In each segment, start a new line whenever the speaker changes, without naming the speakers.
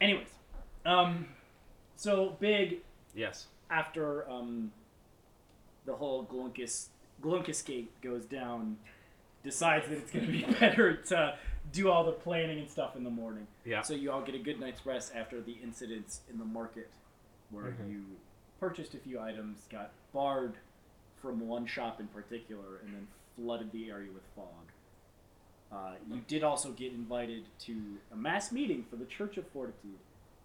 Anyways, um, so Big
Yes.
after um, the whole Glunkus Glunkus gate goes down, decides that it's going to be better to do all the planning and stuff in the morning.
Yeah.
So you all get a good night's rest after the incidents in the market, where
Mhm.
you purchased a few items, got barred from one shop in particular, and then flooded the area with fog. Uh, you did also get invited to a mass meeting for the Church of Fortitude,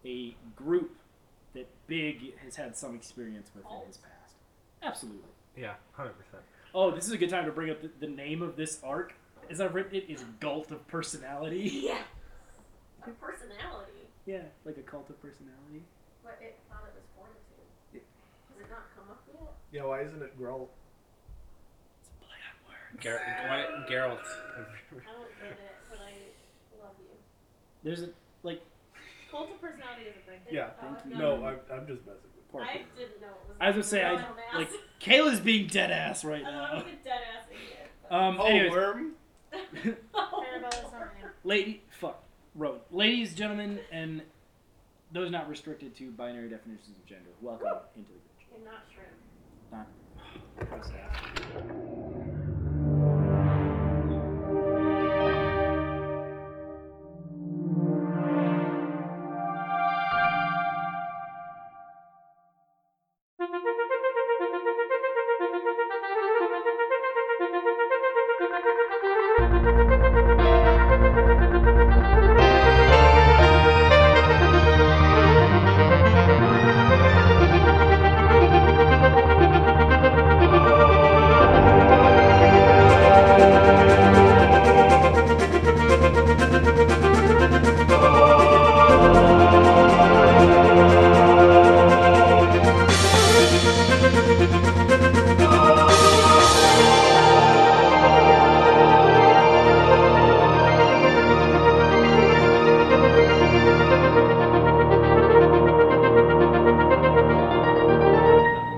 a group that Big has had some experience with in his past. Absolutely.
Yeah. Hundred percent.
Oh, this is a good time to bring up the, the name of this arc. As I've written it, is Gult of Personality.
Yeah. A personality.
yeah, like a cult of personality.
But it thought it was fortitude. Has it not come up yet?
Yeah, why isn't it Grol?
It's a play on words.
Gar- Wy- Geralt.
I don't get it, but I love you.
There's a
Oh,
like
Cult of personality is a thing.
Yeah.
Oh,
Thank you.
no.
No, I'm, I'm just messing with
pork.
I didn't know it was.
I was gonna say, I-
dumbass.
like Kayla's being dead ass right
I thought
now.
it was a dead ass idiot. but- Oh.
Um,
Oh,
anyways,
worm?
Arabella's not in.
lady, fuck, Rowan. Ladies, gentlemen, and those not restricted to binary definitions of gender, welcome into the bridge.
You're not shrimp.
Not press F.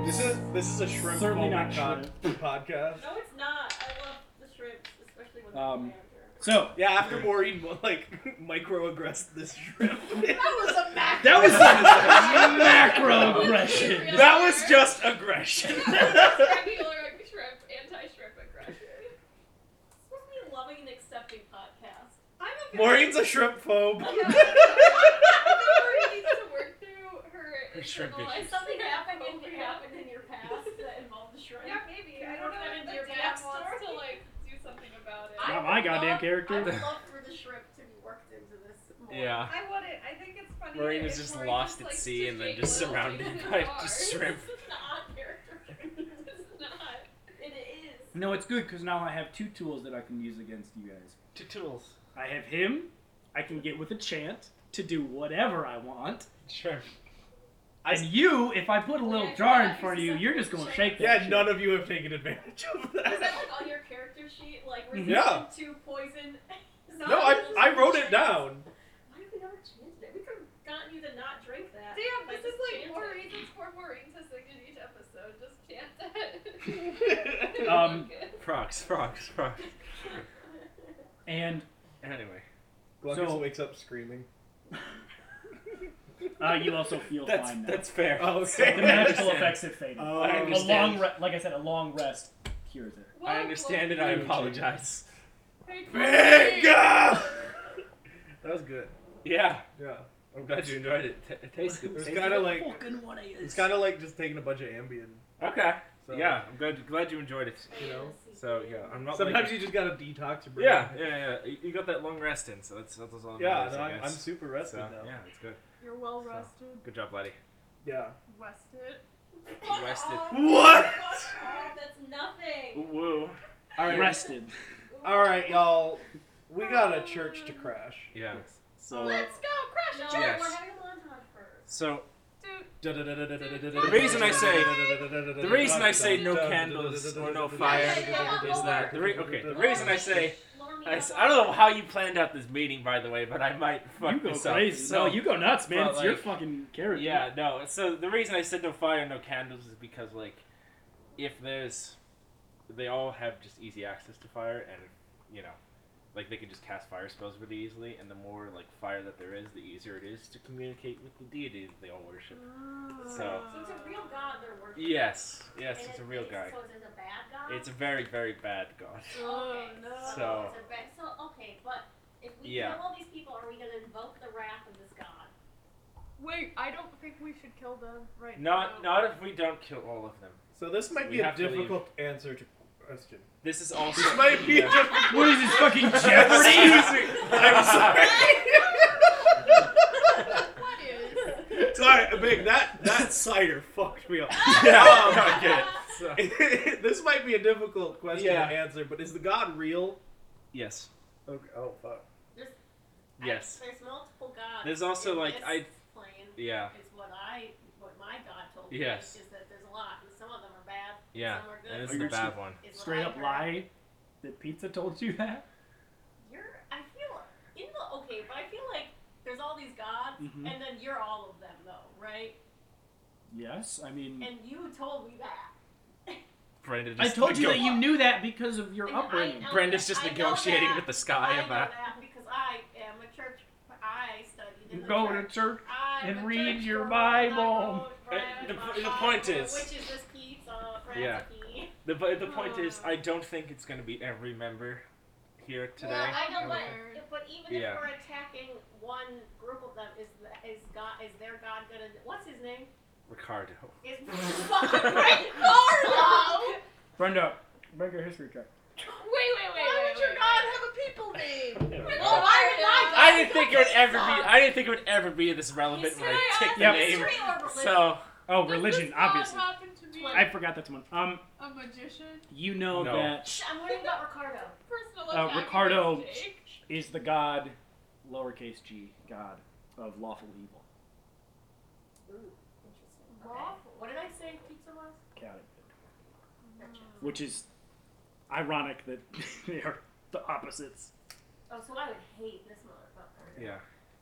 This is this is a shrimp
Certainly not
pod- podcast.
No, it's not. I love the shrimps, especially when they're
Um,
manager.
So
Yeah, after Maureen like microaggressed this shrimp.
That was a mac.
that was macro aggression.
that was just aggression.
regular shrimp, anti-shrimp aggression.
supposed to be a loving and accepting podcast.
I'm a
Maureen's a shrimp phobe.
Yeah. Maureen needs to work through her
Her shrimp
internalized
issues.
Something happened in,
phobia.
happened in your past that involved the shrimp.
Oh, Yeah, maybe. I don't know
That
if
into
the
your
dad wants
backstory.
to like do something about it.
I
Not
would
my goddamn
love-
character.
I would love for the shrimp to be worked into this. More.
Yeah.
I wouldn't. I think it's funny.
Maureen
that
is
if
just
Maureen
lost at
like,
sea and then
ate
just
little
surrounded
things in
by
bars.
just shrimp.
This is not character.
It's not.
it is.
No, it's good because now I have two tools that I can use against you guys.
Two tools.
I have him. I can get with a chant to do whatever I want.
Shrimp.
And you, if I put a little jar in front of you, you're just gonna shake that.
Yeah,
shit.
none of you have taken advantage of
Is that
that.
like on your character sheet? Like
Mhm.
Yeah.
resistant to poison?
No, I I wrote it down.
Why did we never change it? We could have gotten you to not drink that.
Damn,
by
this
just
is like
chanting.
more reasons for Maureen to sing in each episode. Just chant that.
Um,
Frogs. Frogs. Frogs.
And
Anyway.
Gluckus
So-
wakes up screaming.
uh, you also feel
That's
fine now.
that's fair.
Oh, okay.
So-
the magical
I understand.
effects have faded.
Oh.
I
a long,
understand.
re- like I said, a long rest cures it.
I understand it. I
Whoa, whoa.
apologize.
Big
Bingo!
That was good. Yeah.
Yeah,
I'm glad you enjoyed it. T- it tastes good.
it was
Tastes
kind of like
Fucking what it is.
it's kind of like just taking a bunch of Ambien.
good. okay.
So.
Yeah, I'm glad glad you enjoyed it.
you know,
So yeah, I'm not.
Sometimes
like,
you just gotta detox your brain.
Yeah, yeah, yeah. You- You got that long rest in, so that's that's all. that
Yeah,
matters,
no,
Um, I
I'm, I'm
guess.
super rested
So,
now.
yeah, it's good.
You're well
So.
rested,
Good job, laddie.
Yeah.
rested.
Fuck
Rested.
off.
What?
Fuck off, That's nothing.
Woo.
All right.
Rested.
All right, y'all. We got a church to crash.
Yeah.
So
Let's go,
No,
crash a church.
Yes.
we're having a montage first.
So
Dude,
The
reason I say- the reason I say no candles or no fire is that the re- okay. The reason I say
Lure me
I, s-
over.
I don't know how you planned out this meeting, by the way, but I might fuck
you go
this up.
crazy.
So
no, you go nuts, man.
but,
It's your
like,
fucking character.
Yeah, no. So the reason I said no fire, no candles is because like, if there's, they all have just easy access to fire, and you know, like they can just cast fire spells really easily, and the more like fire that there is, the easier it is to communicate with the deity that they all worship. So-
So
So it's a real god they're working.
Yes, yes,
And
it's a
it-
real
it's-
guy.
So is it a bad god?
It's a very, very bad god.
Oh,
okay.
no.
So-
it's a bad, so okay, but if we
Yeah.
kill all these people, are we gonna invoke the wrath of this god?
Wait, I don't think we should kill them right
Not,
now.
not if we don't kill all of them.
So this might
We
be a
have to leave.
difficult answer to question.
This is also.
This might be a
Yeah.
difficult.
What is this fucking
Jeopardy?
Jeopardy?
I'm sorry.
What is?
sorry, Big. That that cider fucked me up.
Yeah,
Um,
no, I get it. So-
this might be a difficult question
Yeah.
to answer, but is the god real?
yes,
Okay. Oh fuck.
I-
yes.
there's multiple gods.
There's also,
in
like,
this
I-
plane
Yeah,
is what I what my god told
Yes.
me is that there's a lot and some of them are bad.
yeah.
Some are good.
And this
Are
is the
you
bad one.
is what
Straight
I
up
heard.
lie that pizza told you that?
You're I feel in the okay, but I feel like there's all these gods
Mhm.
and then you're all of them though, right?
Yes, I mean.
And you told me that.
Brenda just
I told you
go-
that you knew that because of your
And I
upbringing.
know
Brenda's
that-
just
I know
negotiating
that.
with the sky
I
about.
know that because I am a church. I studied in the
Go to
church.
church.
I'm
and
a
read
church
your
girl, and I
Bible.
wrote right
Uh, the
my
po- the point
Bible,
is-
Which is this pizza,
Yeah.
Key.
The, but the point is, I don't think it's going to be every member here today.
Well, I know, but,
Okay.
but even
Yeah.
if we're attacking one group of them, is the- is God is their God gonna? What's his name?
Ricardo.
Is fucking Rick Carlo?
Brenda, make a history check.
Wait, wait, wait.
Why
wait,
would your
wait,
God
wait.
have a people name?
I
Oh, why would my God?
didn't think it would ever be. I didn't think it would ever be this relevant when I picked the
Yep.
name.
History or religion?
So
Oh,
Does
religion,
this god
obviously.
happen to be
I forgot that's one. Um,
a magician?
you know
No.
that
Shh, I'm worried about Ricardo.
Personal
Uh,
attack
Ricardo-
against Jake?
is the god, lowercase g, god of lawful evil.
Ooh, interesting.
Lawful.
What did I say pizza was? Mm.
Catholic. Which is ironic that they are the opposites.
Oh, so I would hate this motherfucker.
yeah,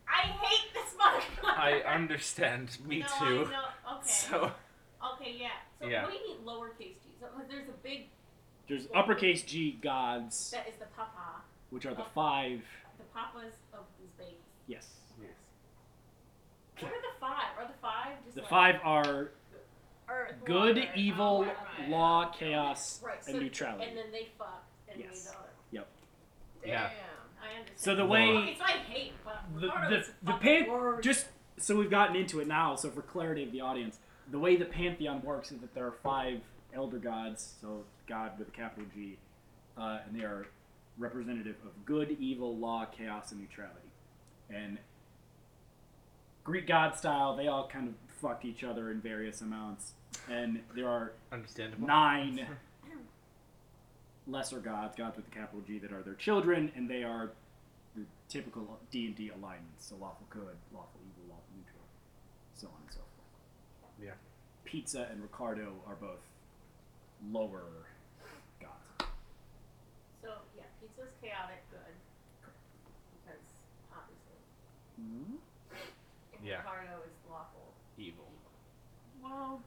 I hate this motherfucker.
I understand. Me
no, I
too.
know- okay.
So
okay, yeah. So
Yeah.
what do you mean lowercase g? So, like, there's a big
There's uppercase G gods,
that is the papa,
which are the five.
the papas of these babies.
Yes.
What are the five? Are the five just
The
like,
five are
Earth.
good,
Water,
evil,
alright.
law, chaos,
Right, so
and neutrality.
and then they fuck and made
Yes.
the other.
Damn.
Yeah.
I understand.
So the
way-
okay, so I hate but
The-
Ricardo
the-
is a
the
fucking
pan-
word.
Just so we've gotten into it now, so for clarity of the audience, the way the pantheon works is that there are five elder gods, so God with a capital G, uh, and they are representative of good, evil, law, chaos, and neutrality. And Greek god style, they all kind of fucked each other in various amounts. And there are
understandable.
nine lesser gods, gods with a capital G, that are their children, and they are the typical D and D alignments: so lawful good, lawful evil, lawful neutral, so on and so forth.
Yeah.
Pizza and Ricardo are both lower gods.
so yeah, pizza's chaotic good. Because obviously. And
Yeah.
Ricardo is lawful.
Evil.
Well,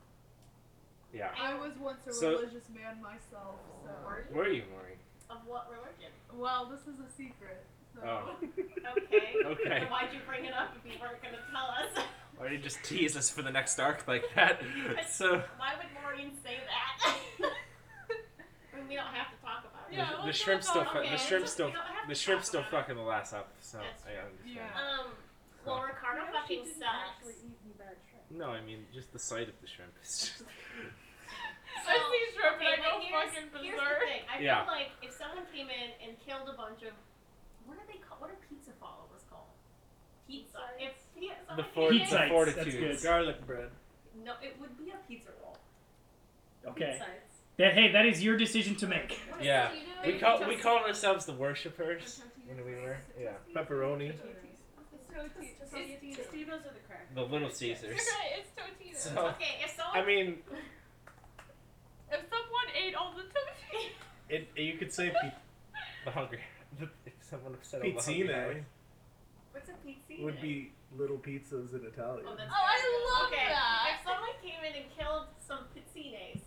Yeah.
I was once a
So-
religious man myself, so.
Were you?
Where are you, Maureen?
Of what religion?
Well, this is a secret. So.
Oh.
Okay.
Okay.
Then why'd you bring it up if you weren't gonna tell us?
Why do you just tease us for the next arc like that? So
Why would Maureen say that? I mean, we don't have to talk about it.
Yeah,
the,
well,
the shrimp's still fu-
oh, okay,
the
it's
shrimp's
just
still
we don't have
the
to
shrimp's
talk
still
about
fucking the last up. So
That's
I
true.
understand.
Yeah.
Um, well, Ricardo fucking sucks.
No, I mean just the sight of the shrimp is just.
I see shrimp
Okay,
and I
but
go
here's,
fucking
here's the
berserk.
thing. I
Yeah.
feel like if someone came in and killed a bunch of what are they called? What are pizza followers called? Pizza. If yeah,
The
someone
fort-
came in,
Pizza.
the
Pizzites,
That's
fortitudes.
good. Garlic bread.
no, it would be a pizza roll.
Okay.
Pizzites.
That hey, that is your decision to make.
What is
Yeah.
that you do?
We call we called ourselves the worshippers when we were yeah
Pepperoni.
It's Totinos.
It's Tostitos or the crack?
Mm-hmm.
the Little Caesars.
It's Totinos.
So-
Okay, if someone
I mean
If someone ate all the Totinos.
It, you could say
the hungry. If someone upset all the hungry
pizzine
hours.
what's a pizza?
It would be little pizzas in Italian.
Oh, that's
Oh, I
good.
love
okay.
that.
If someone came in and killed some pizzines,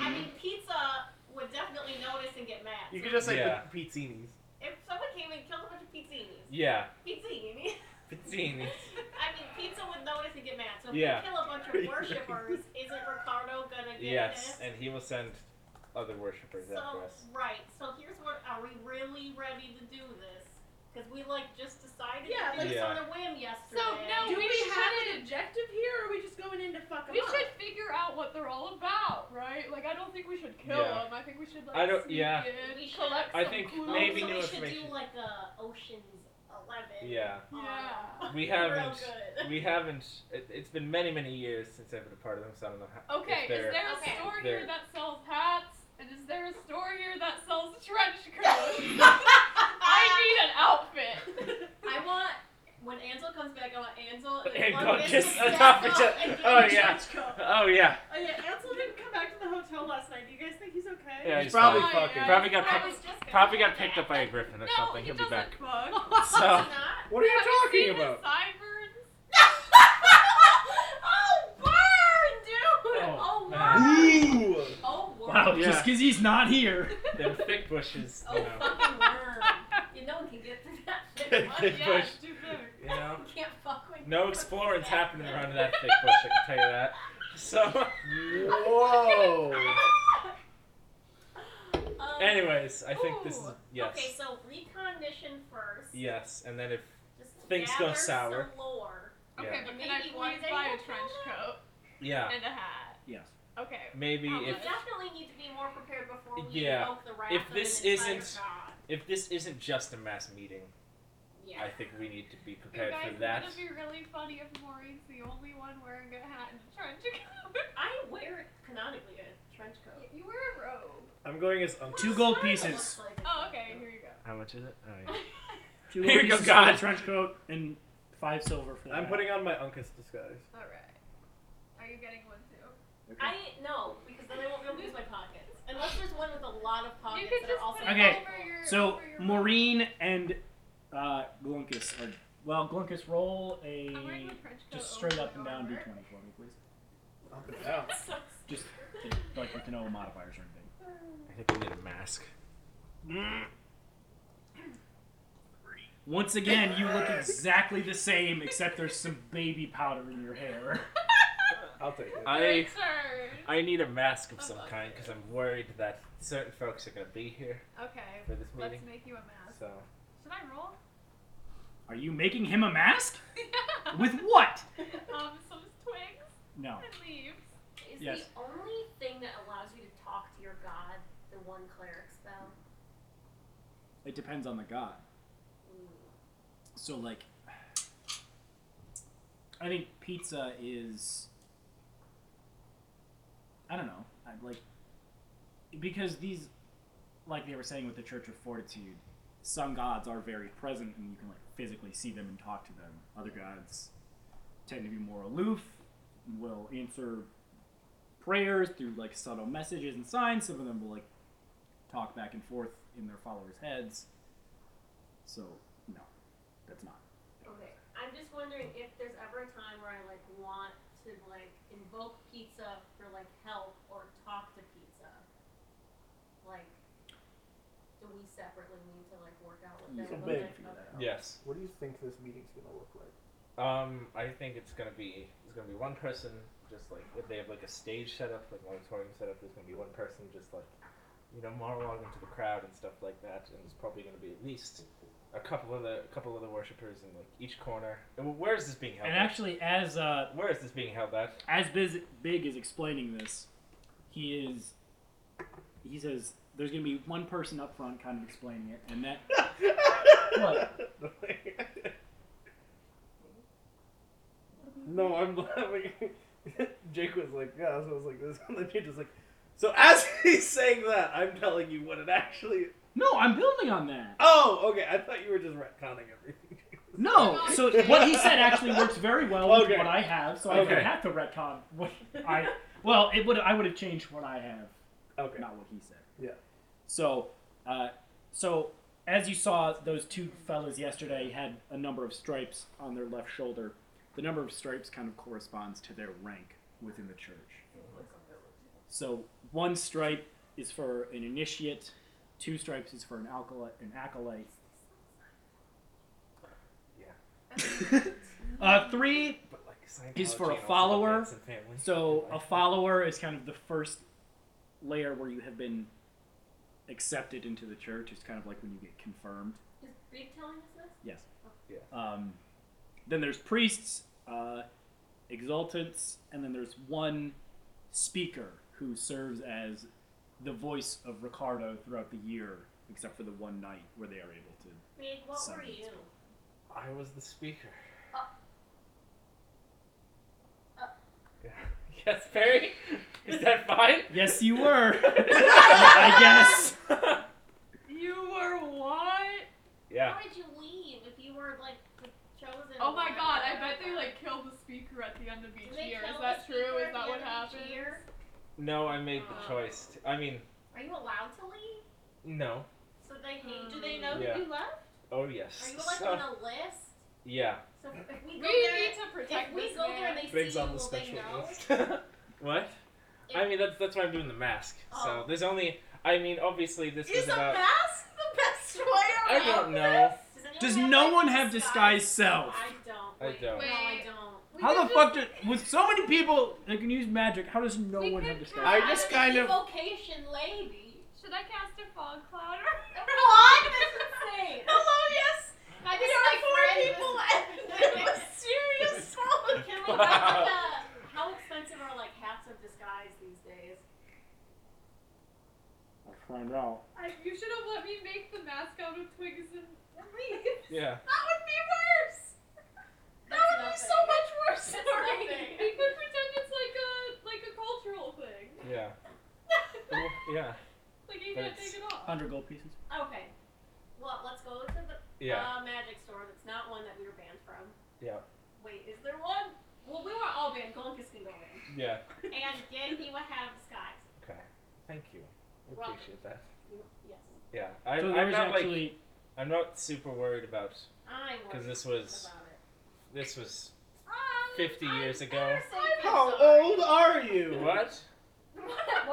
I mean, pizza would definitely notice and get mad.
you
So
could just say
Yeah.
pizzinis.
if someone came and
Yeah,
Pizzini.
Pizzini.
I mean, pizza would notice and get mad. So if
Yeah.
you kill a bunch of worshippers, isn't Ricardo gonna get
Yes,
pissed?
and he will send other worshippers after
So
us.
right. So here's what: Are we really ready to do this? Because we like just decided. to
Yeah,
do
like-
this
Yeah.
on a whim yesterday.
So no,
Do
we,
we have
should.
an objective here, or are we just going in to fuck 'em
we
up?
should figure out what they're all about, right? Like, I don't think we should kill
Yeah.
them. I think we should like
I don't-
sneak
yeah.
in,
We should.
collect
I
some
think
clues.
Oh,
maybe
so
new
we should
information.
do like a Ocean's Eleven.
Yeah,
on-
Yeah.
we
Real
haven't.
good.
We haven't. It, it's been many, many years since I've been a part of them, so I don't know how. if
Okay, is
they're-
there a
Okay.
store
they're-
here that sells hats? And is there a store here that sells trench
Uh,
coats? I need an outfit.
Um,
I want when Ansel comes back. I want Ansel and
And
one
go
of us
kiss
to
on
step
top of
up
each other.
and get
Oh,
a
yeah.
trench coat.
Oh yeah,
Oh yeah, Ansel didn't come back to the hotel last night. Do you guys think he's okay?
Yeah,
He's
he's
probably
fine.
fucking.
Yeah.
probably got
I
picked,
was just gonna
probably got
say that.
picked up by a griffin or
no,
something.
he
He'll be back.
doesn't bug.
So
It's not.
What are you
Have you
talking
seen
about?
The sideburns?
oh, burn, dude!
Oh,
Oh,
man.
wow.
Ooh.
Oh, worm.
Wow,
Yeah.
just because he's not here.
they're thick bushes.
Oh,
You know.
fucking worm. You know one can get through that thick bush.
Thick
yeah,
bush.
it's too big.
You know.
You can't fuck with
No exploring's happening around that thick bush. I can tell you that. So,
Whoa.
Um,
anyways, I think this is
ooh.
yes,
Okay, so recondition first.
yes, and then if
Just
Things go
gather
sour.
Some lore.
yeah,
Okay, but
And
can I
maybe
please
one day
buy
we'll
a trench coat
yeah,
and a hat?
Yes.
Okay.
maybe
How
We
if
much?
definitely need to be more prepared before we
Yeah,
invoke the wrath
if
of an
this
entire
isn't-
god.
if this isn't just a mass meeting,
Yeah.
I think we need to be
You
prepared
guys,
for that.
it's gonna be really funny if Maureen's the only one wearing a hat and a trench coat.
I wear canonically a trench coat.
you wear a robe.
I'm going as
Two
obtuse.
gold
Sort of
pieces.
looks like a
Oh,
trench
okay.
coat.
Here you go.
How much is it? Oh
Two
Here you
pieces for
go,
the
God.
Trench coat and five silver for that.
I'm putting on my uncas disguise.
All right. Are you getting one too?
I no, because then I won't be able to use my pockets. Unless there's one with a lot of pockets
you could
that
just
are also
put it
Okay.
over your.
So
over your
Maureen and uh, Glunkus are well. Glunkus, roll a
I'm wearing my trench coat
just straight
over
up
my
and down
armor.
d20 for me, please.
Up and down.
So-
Just like with no modifiers or anything.
I think we need a mask.
Once again, you look exactly the same, except there's some baby powder in your hair.
I'll take it.
I
Your turn.
I need a mask of some
Okay.
kind because I'm worried that certain folks are gonna be here
Okay.
for this
Let's
meeting.
make you a mask.
So
Should I roll?
Are you making him a mask?
yeah.
With what?
um some twigs
No.
and leaves.
Is
Yes.
the only thing that allows you to talk to your god the one cleric spell?
It depends on the god.
Ooh.
So like, I think pizza is. I don't know. I like because these, like they were saying with the Church of Fortitude, some gods are very present and you can like physically see them and talk to them. Other gods tend to be more aloof, and will answer prayers through like subtle messages and signs. Some of them will like talk back and forth in their followers' heads. So no, that's not.
Okay. I'm just wondering if there's ever a time where I like want to like invoke pizza for like help or talk to pizza. Like do we separately need to like work out what
You
that
can
what
beg
that-
figure
okay.
that out.
yes,
What do you think this meeting's gonna look like?
um, I think it's gonna be it's gonna be one person just like if they have like a stage setup, like an auditorium setup. There's gonna be one person just like you know monologue into the crowd and stuff like that. And there's probably gonna be at least a couple of the a couple of the worshippers in like each corner. And where is this being held?
And
at?
actually, as uh,
where is this being held at?
as Biz, Big is explaining this, he is he says there's gonna be one person up front, kind of explaining it, and that
no, I'm laughing. Jake was like, yeah, so I was like this, and then Jake was like, so as he's saying that, I'm telling you what it actually.
no, I'm building on that.
Oh, okay. I thought you were just retconning everything.
No, Oh,
Oh
so what he said actually works very well with
Okay.
what I have, so I
Okay.
don't have to retcon what I. Well, it would I would have changed what I have.
Okay.
not what he said.
Yeah.
So, uh, so as you saw, those two fellas yesterday had a number of stripes on their left shoulder. The number of stripes kind of corresponds to their rank within the church. So one stripe is for an initiate, two stripes is for an acolyte, an acolyte, Uh, three.
But like Scientology
Is for a
and also
follower,
Manson Family.
So a
Like,
follower is kind of the first layer where you have been accepted into the church. It's kind of like when you get confirmed.
Is Reed telling us this?
Yes.
Yeah.
Um, then there's priests, uh, exaltants, and then there's one speaker who serves as the voice of Ricardo throughout the year, except for the one night where they are able to.
Reed, what were
Something.
you?
I was the speaker.
Uh. Uh.
Yeah. Yes, Perry. Is that fine?
Yes, you were. I guess.
You were what?
Yeah.
How did you leave if you were like the chosen?
Oh my
one?
god, I bet they like killed the speaker at the end of
Do
each
they
year.
tell
Is
the
that true?
speaker
Is
at
that
the
what
end of each
happened?
year?
No, I made the
Uh.
choice. T- I mean,
Are you allowed to leave?
no.
So they hate. Do
Mm.
Um,
they know
Yeah.
who you left?
Oh
Are
yes.
you like
So-
on a list?
yeah.
So if
We
we go there,
need to protect
if we
this
go there
man.
and they
Big's
see you,
on the
will they
special
know?
list. what? I
If-
mean, that's that's why I'm doing the mask. So
Oh.
there's only. I mean, obviously this was about.
mask the best way
I don't know.
Does, anyone
Does
have,
no
like,
one have disguised self?
I don't.
I
Wait,
don't.
No, I
Wait.
don't.
We
How
could
the fuck
just-
did with so many people that can use magic? How does no
We
one have
could
disguise?
I
I'm
just
an
kind of-
evocation lady.
Should I cast a fog cloud?
What? That's insane.
Hello, yes.
I
There
just
are
like
four
read this-
people and it was serious solid.
Can we buy like a, how expensive are like hats of disguise these days?
I'll find out.
I, you should have let me make the mask out of twigs and leaves.
Yeah.
That would be worse. That
That's
would be
nothing.
so much worse.
That's
Sorry.
nothing.
We could pretend it's like a like a cultural thing.
Yeah. Oh, yeah.
Like you can't
That's-
take it off.
Hundred gold pieces.
Okay. Well, let's go to the
Yeah.
uh, magic store that's not one that we were banned from.
Yeah.
Wait, is there one? Well, we were all banned. Golinkus can go in.
Yeah.
And did he would have disguise?
Okay. Thank you. I
Well-
appreciate that.
You- Yes.
Yeah. I,
so there
I'm
was
not like
actually
I'm not super worried about
I was.
because this was
About it.
this was
Um,
50
I'm
years ago.
ever so
I'm
so
How
sorry.
old are you?
what?
What?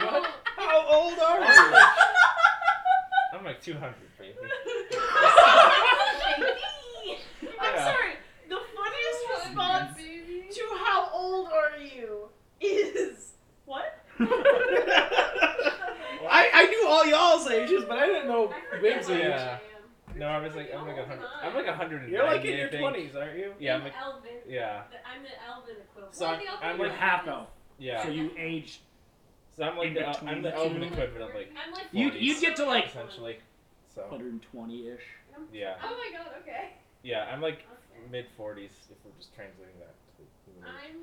What?
How old are you?
I'm like 200, baby.
I'm
Yeah.
sorry. The funniest response
Oh, Baby.
to how old are you is what?
I, I knew all y'all's ages, but I didn't know Big's
Yeah.
age.
No, I was like I'm like 100. I'm like 100.
You're like in your
I think.
20s, aren't you?
Yeah.
I'm
I'm like,
Elvin.
yeah.
The- I'm the Elvin equivalent.
So I'm,
the other
I'm
with
like
one.
half elf. So
yeah.
you aged
So I'm like
in
the, I'm the
between.
elven equivalent of like
I'm like
You
Forties.
you get to like
essentially. So
120 ish.
yeah.
Oh my god. Okay.
Yeah. I'm like
Okay.
mid 40s if we're just translating that. to the human age.
I'm.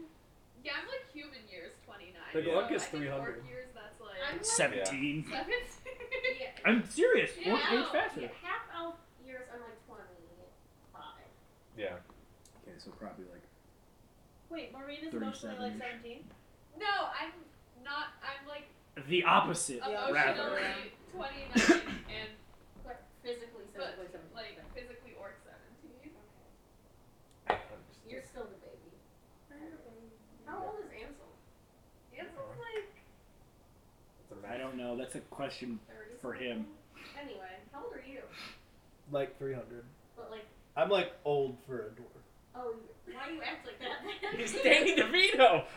Yeah, I'm like human years 29.
The
so
Glock is
I think orc
300.
years. That's like.
I'm like,
17.
17.
yeah,
I'm serious.
Yeah,
Orc age
no,
faster.
yeah, half elf years. I'm like 25.
Yeah.
Okay, so probably like
Wait, Maureen is
37
mostly like
-ish.
17.
No, I'm not. I'm like
the opposite,
Yeah.
rather.
emotionally 29 and
But physically, so
But,
it's something
like
different.
physically orc 17.
I understand.
you're still the baby. How old is Ansel?
Ansel's like
It's a matter
I don't know. That's a question.
Thirty.
For him.
something? Anyway, how old are you?
Like 300.
But like,
I'm like old for a dwarf.
oh, you- why do you act like that? then?
He's Danny DeVito.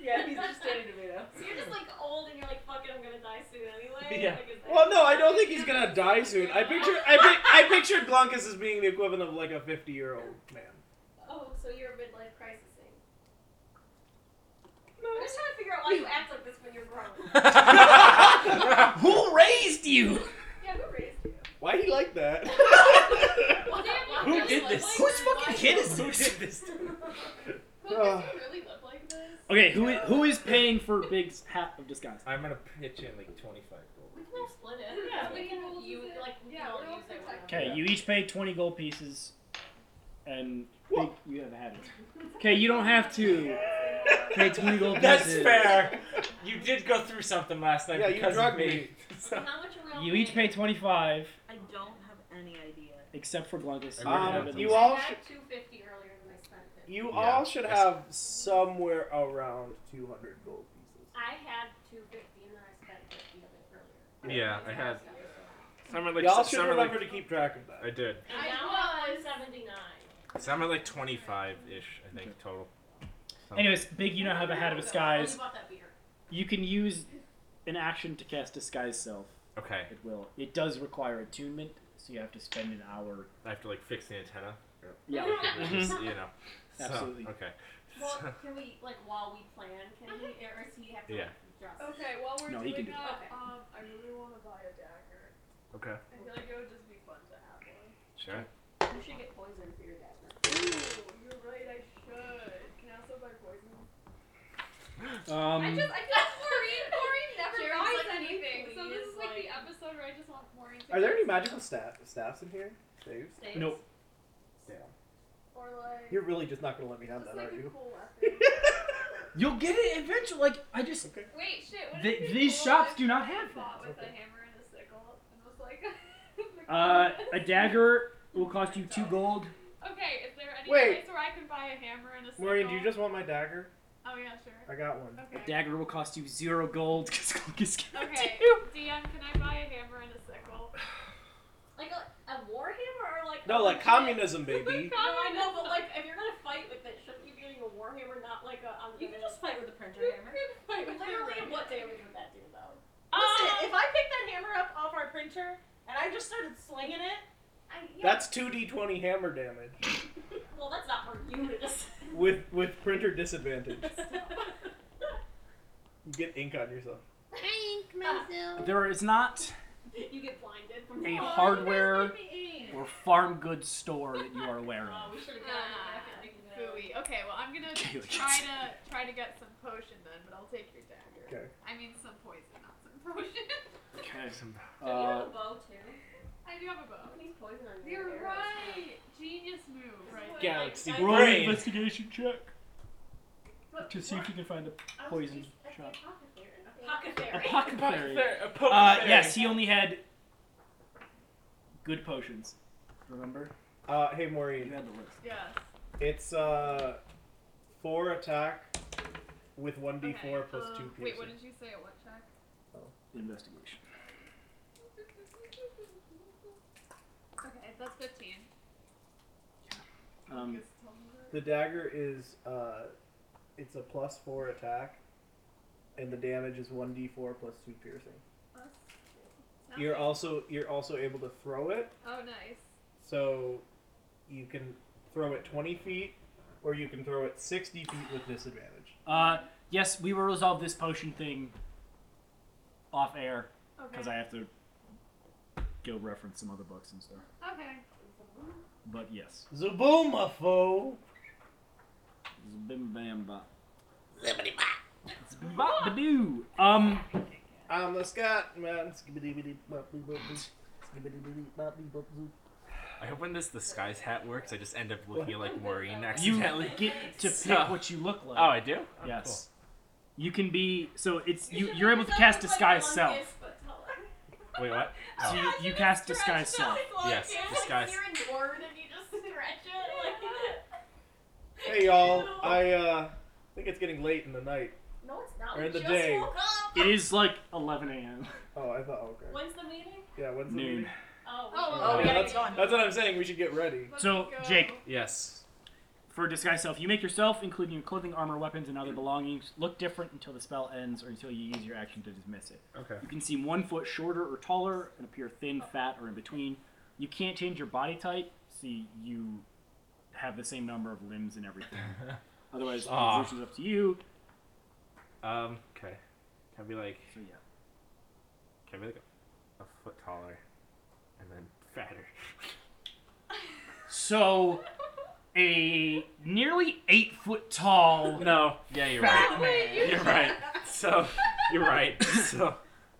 Yeah, he's just Danny DeVito.
So you're just like old, and you're like, fuck it, I'm gonna die soon anyway.
Yeah.
Like, is that-
Well, no, I don't think he's gonna die soon. I picture I, pic- I pictured Glunkus as being the equivalent of like a 50 year old man.
Oh, so you're a midlife crisis thing. I'm just trying to figure out why you act like this when you're grown.
Who raised you?
yeah, who raised you?
Why he like that?
Well, damn, like,
Who
really
did
look
this?
Like
Whose
this?
fucking
Like,
kid is
Who
this?
did this?
Who does he really look like this?
Okay, who is, who is paying for Big's hat of disguise?
I'm gonna pitch in like 25
We
gold.
can all split it.
Yeah,
we
we
can.
can all
You
use it.
like we
Yeah,
can all
we're all
use it.
protected.
Okay,
Yeah.
you each pay 20 gold pieces, and Big,
Whoa.
you have a hat. Okay, you don't have to pay 20 gold
That's
pieces.
fair. You did go through something last night
Yeah, you
because
drugged
of me.
me.
So-
How much are we all
You each
paying?
pay 25,
I don't have any idea.
except for Glunkus.
I really
You
don't
have
Um, you
it.
all
I
should,
had two fifty earlier than I spent it.
you
Yeah,
all should
that's-
have somewhere around 200 gold pieces.
I had two fifty and then I spent fifty of it earlier.
Yeah, I had-
Somewhere like
Y'all should
somewhere like
remember to keep track of that.
I did.
And
I
now
was-
I'm at 179.
Somewhere like twenty five ish, I think,
Okay.
total.
Anyways, big, you know how the hat of disguise.
Oh, you bought that beer.
You can use an action to cast disguise self.
Okay.
It will. It does require attunement, so you have to spend an hour.
I have to like fix the antenna. or-
Yeah.
Because
Mm-hmm.
it's, you know. So,
Absolutely.
Okay.
Well, can we like while we plan? Can he or does he have to
Yeah.
like, dress?
Okay, while we're
No, he can
doing
do
that,
that.
um, I really want to buy a dagger.
okay.
I feel like it would just be fun to have one.
Sure.
You should get poisoned for your dagger.
Ooh, you're right. I should. Can I also buy poison? I
Um,
just, I feel like Maureen, Maureen never
Jerry's
buys
like,
anything. So this
please,
is like, the
like-
episode where I just want Maureen. To
are there
get
any magical staff, staffs in here? Saves?
Saves?
Nope.
Yeah.
Or like.
You're really just not going to let me have
just
that,
like
are
a
you?
cool weapon.
You'll get it eventually. Like I just.
okay.
Wait, shit. What
Th-
if
these
people
shops
like
do not have
Fought
that.
with a
Okay.
hammer and a sickle and was like.
Uh, a dagger will cost you two gold.
Okay, is there any
Wait.
place where I can buy a hammer and a sickle?
Maureen, do you just want my dagger?
Oh yeah, sure.
I got one.
A
Okay.
dagger will cost you zero gold because Cloak is giving it
Okay.
to you.
DM, can I buy a hammer and a sickle?
Like a, a warhammer or like
No,
a
like
legit-
communism, baby.
No, I know, but like if you're gonna fight with it, shouldn't you be doing a warhammer, not like a? Um,
You can just fight with the printer
You
hammer.
could fight with literally.
hammer.
What damage would that do though?
Listen,
Um,
if I picked that hammer up off our printer and I just started slinging it,
I, yeah,
That's 2d20 hammer damage
well, that's not for you to decide.
with with printer disadvantage. You get ink on yourself.
There is not
you get blinded from
a
Oh,
the
hardware or farm goods store that you are aware
Oh,
of.
we should have gotten
Ah,
it.
Phooey. Okay, well I'm gonna
Okay, look
try
at-
to try to get some potion then, but I'll take your dagger.
Okay.
I mean some poison, not some potion.
Okay.
Some-
Don't you
Uh,
have a bow too?
I do have a bow.
He's poison on your
You're
arrows.
right. Genius move, right?
Like,
Galaxy
I-
roll an
Brain.
investigation check
But
to see if you can find a
I was
poison
just- I
shot.
think apothecary. Apothecary.
apothecary.
There, a
Uh,
poke
yes,
fairy.
he only had good potions. Remember?
Uh, hey,
You
Maureen.
had the list.
Yes.
It's uh, four attack with one d4
Okay,
plus
um,
two piercing.
Wait, what did you say? A what check?
Investigation.
Okay, that's fifteen.
Um,
Because tell me that.
The dagger is uh, it's a plus four attack, and the damage is one d4 plus two piercing.
Plus two.
You're
Nothing.
also you're also able to throw it,
Oh, nice.
so you can throw it 20 feet, or you can throw it 60 feet with disadvantage.
uh, yes, we will resolve this potion thing off air because
Okay.
I have to go reference some other books and stuff.
Okay.
But yes,
Zabooma foe.
bim bam ba. Zibbity bop. da boo. Um,
I'm the Scotsman. Skibbity-bitty-bop-bee-bop-boo.
I hope when this the skies hat works, I just end up looking like Maureen
you
accidentally.
get to
So-
pick what you look like.
Oh, I do. Oh,
yes. You can be so it's you.
should
You're able to
make
cast
yourself look
disguise
like
self.
Longis, but taller.
cool. Wait, what? Oh.
So you, you cast disguise
Stretch Oh,
self.
out his long
Yes,
hair,
disguise.
Like you're in Word and you just stretch it. Like,
Hey y'all, I uh, think it's getting late in the night.
no, it's not.
Or
we
in the
just
day.
woke up.
It is like 11 a.m.
Oh, I thought okay.
When's the meeting?
Yeah, when's the
noon.
meeting?
Oh,
Oh,
should-
Oh,
we
yeah,
gotta
that's,
get going.
that's what I'm saying. We should get ready.
Let's
So,
go.
Jake,
Yes.
For disguise self, you make yourself, including your clothing, armor, weapons, and other belongings, look different until the spell ends or until you use your action to dismiss it.
Okay.
You can seem one foot shorter or taller and appear thin, fat, or in between. You can't change your body type, so you have the same number of limbs and everything. Otherwise, the
Aw.
position's up to you.
Um. Okay. Can I be like?
So yeah.
Can I be like a, a foot taller, and then fatter?
So a nearly eight foot tall.
No. Yeah, you're right.
Oh, wait, you
You're right. So you're right. So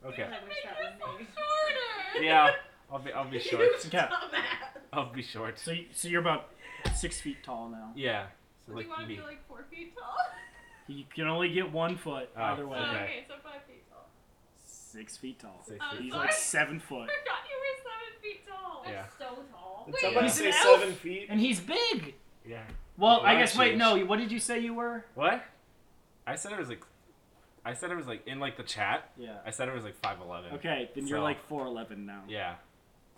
okay.
I wish that was me.
shorter.
Yeah. I'll be. I'll be short.
Yeah.
I'll be short.
So, you- so you're about six feet tall now.
Yeah. So
Do
like
you want to
me.
be like four feet tall?
You can only get one foot
Oh,
either way.
Oh,
Okay.
okay, so five feet tall.
Six feet tall.
Six
Um,
feet.
He's
sorry.
like seven foot.
I forgot you were seven feet tall.
That's
Yeah.
so tall.
Did
Wait,
somebody
he's
say
an
seven
elf.
feet?
And he's big!
Yeah.
Well, I
Large
guess, wait,
huge.
no, what did you say you were?
What? I said it was like. I said it was like in like the chat.
Yeah.
I said it was like five eleven.
Okay, then you're
So-
like 4'11 now.
Yeah.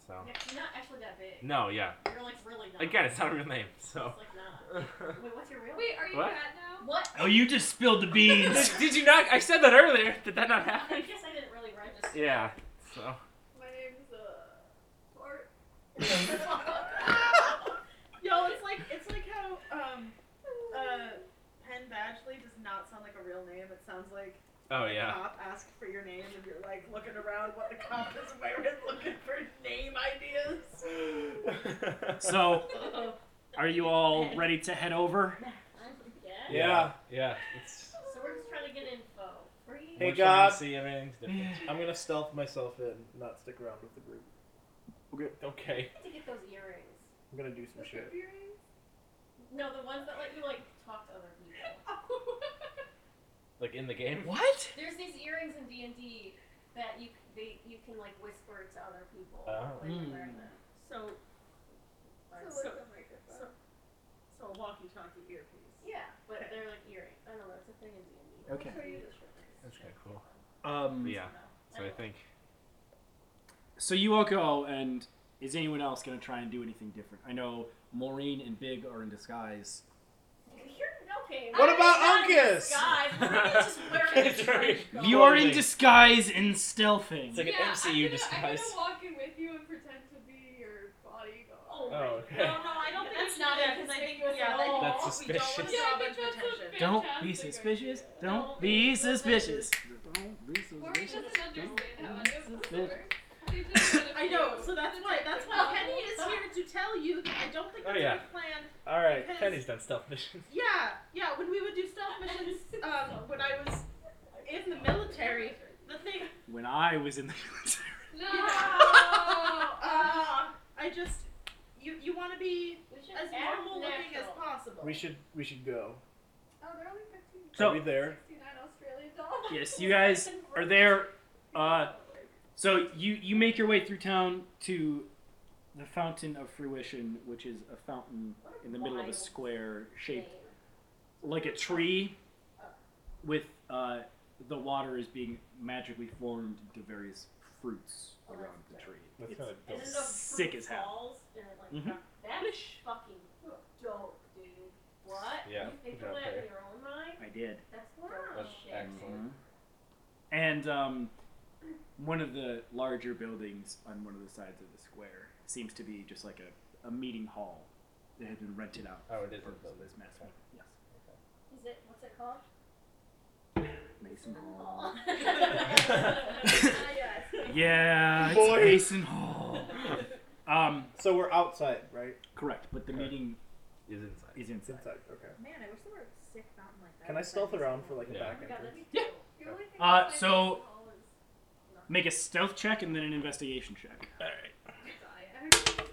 So
Yeah, you're not actually that big.
no, yeah.
You're like really not.
Again, it's not a real name. So
It's like not.
Did
Wait, what's your real?
Wait, are you
What?
fat now?
What?
Oh, you just spilled the beans.
did you not? I said that earlier. Did that not
I
happen?
guess I didn't really register.
Yeah. So
My name's uh Bart.
Yo, it's like it's like how um uh Penn Badgley does not sound like a real name. It sounds like
oh
a
yeah.
cop asked for your name and you're like looking around what the cop is wearing, looking for name ideas.
so, are you all ready to head over?
Yeah.
Yeah.
Yeah. It's.
So we're just trying to get info. Free.
Hey,
we're trying
God.
to See if anything's different.
I'm gonna stealth myself in, not stick around with the group.
okay.
I need to get those earrings.
I'm gonna do some
Those
shit.
earrings? No, the ones that let you like talk to other people.
Like in the game.
What?
There's these earrings in D and D that you c- they you can like whisper to other people
Oh.
when you
Hmm.
Mm.
wear them.
So
Or-
So-
so,
so, so a walkie-talkie earpiece.
yeah, but they're like earrings. I don't know. It's a thing in D and D.
Okay.
That's kind of cool.
Um.
Yeah. So I think
So you all go, and is anyone else going to try and do anything different? I know Maureen and Big are in disguise.
You're okay.
What about Uncas?
Guys, we're just wearing a
It's
trench
right.
coat.
You are in
Clothing.
disguise and stealthing.
It's like
yeah,
an MCU
I'm gonna, I'm
disguise.
gonna walk in with you and pretend to be your bodyguard.
Oh,
Oh,
my
okay.
God. No, no, I don't think
That's
it's
not
not
it,
it because I think yeah,
that-
all.
That's
we don't want
suspicious.
to
Yeah,
draw
I
a bunch
think
of
that's a
attention.
bit-
Don't be
Fantastic
suspicious.
idea.
Don't be suspicious. Don't be
Corey
suspicious.
doesn't understand how any of this
Don't-
works. They just wanna
I know,
be-
so that's why that's why Penny is here to tell you that I don't think
Oh,
that's
yeah.
a good plan.
All right.
Because-
Penny's done stealth missions.
Yeah, yeah. When we would do stealth missions, um, when I was in the military, the thing.
When I was in the military.
No.
Uh, I just you you want to be
We should
as
act
normal looking as
natural.
possible.
We should we should go.
Oh, they're only 15.
Are we
So
there?
69 Australian dollars.
yes, you guys are there. Uh, so you you make your way through town to the Fountain of Fruition, which is a fountain
What
in the middle of a
wild
square shaped
name.
like a tree with uh, the water is being magically formed into various fruits
Oh,
around the
that's
tree.
That's
It's
kind of
And
dope.
then the
sick
fruit
as hell.
falls, and it, like,
Mhm.
That is fucking dope, dude. What?
Yeah,
You think
good
of
job,
that in
Perry.
your own mind?
I did. Mm-hmm.
That's dope
That's
as shit.
excellent.
And um, one of the larger buildings on one of the sides of the square seems to be just like a, a meeting hall that had been rented out.
Oh, it is a
for
building.
this massive. Yes.
Is it, what's it called?
Mason Hall.
Ah, yes.
yeah, it's
Boy.
Mason Hall. Um,
So we're outside, right?
correct, but the
Okay.
meeting
is inside.
is
It's
inside.
inside. Okay.
Man, I wish there were a sick fountain like that.
Can I stealth around for like a
Yeah.
Oh
back
my God,
entrance?
that'd be
Yeah.
dope.
The only thing
Uh,
that's
so-
like all is
Make a stealth check and then an investigation check.
All right.
die.
That- that-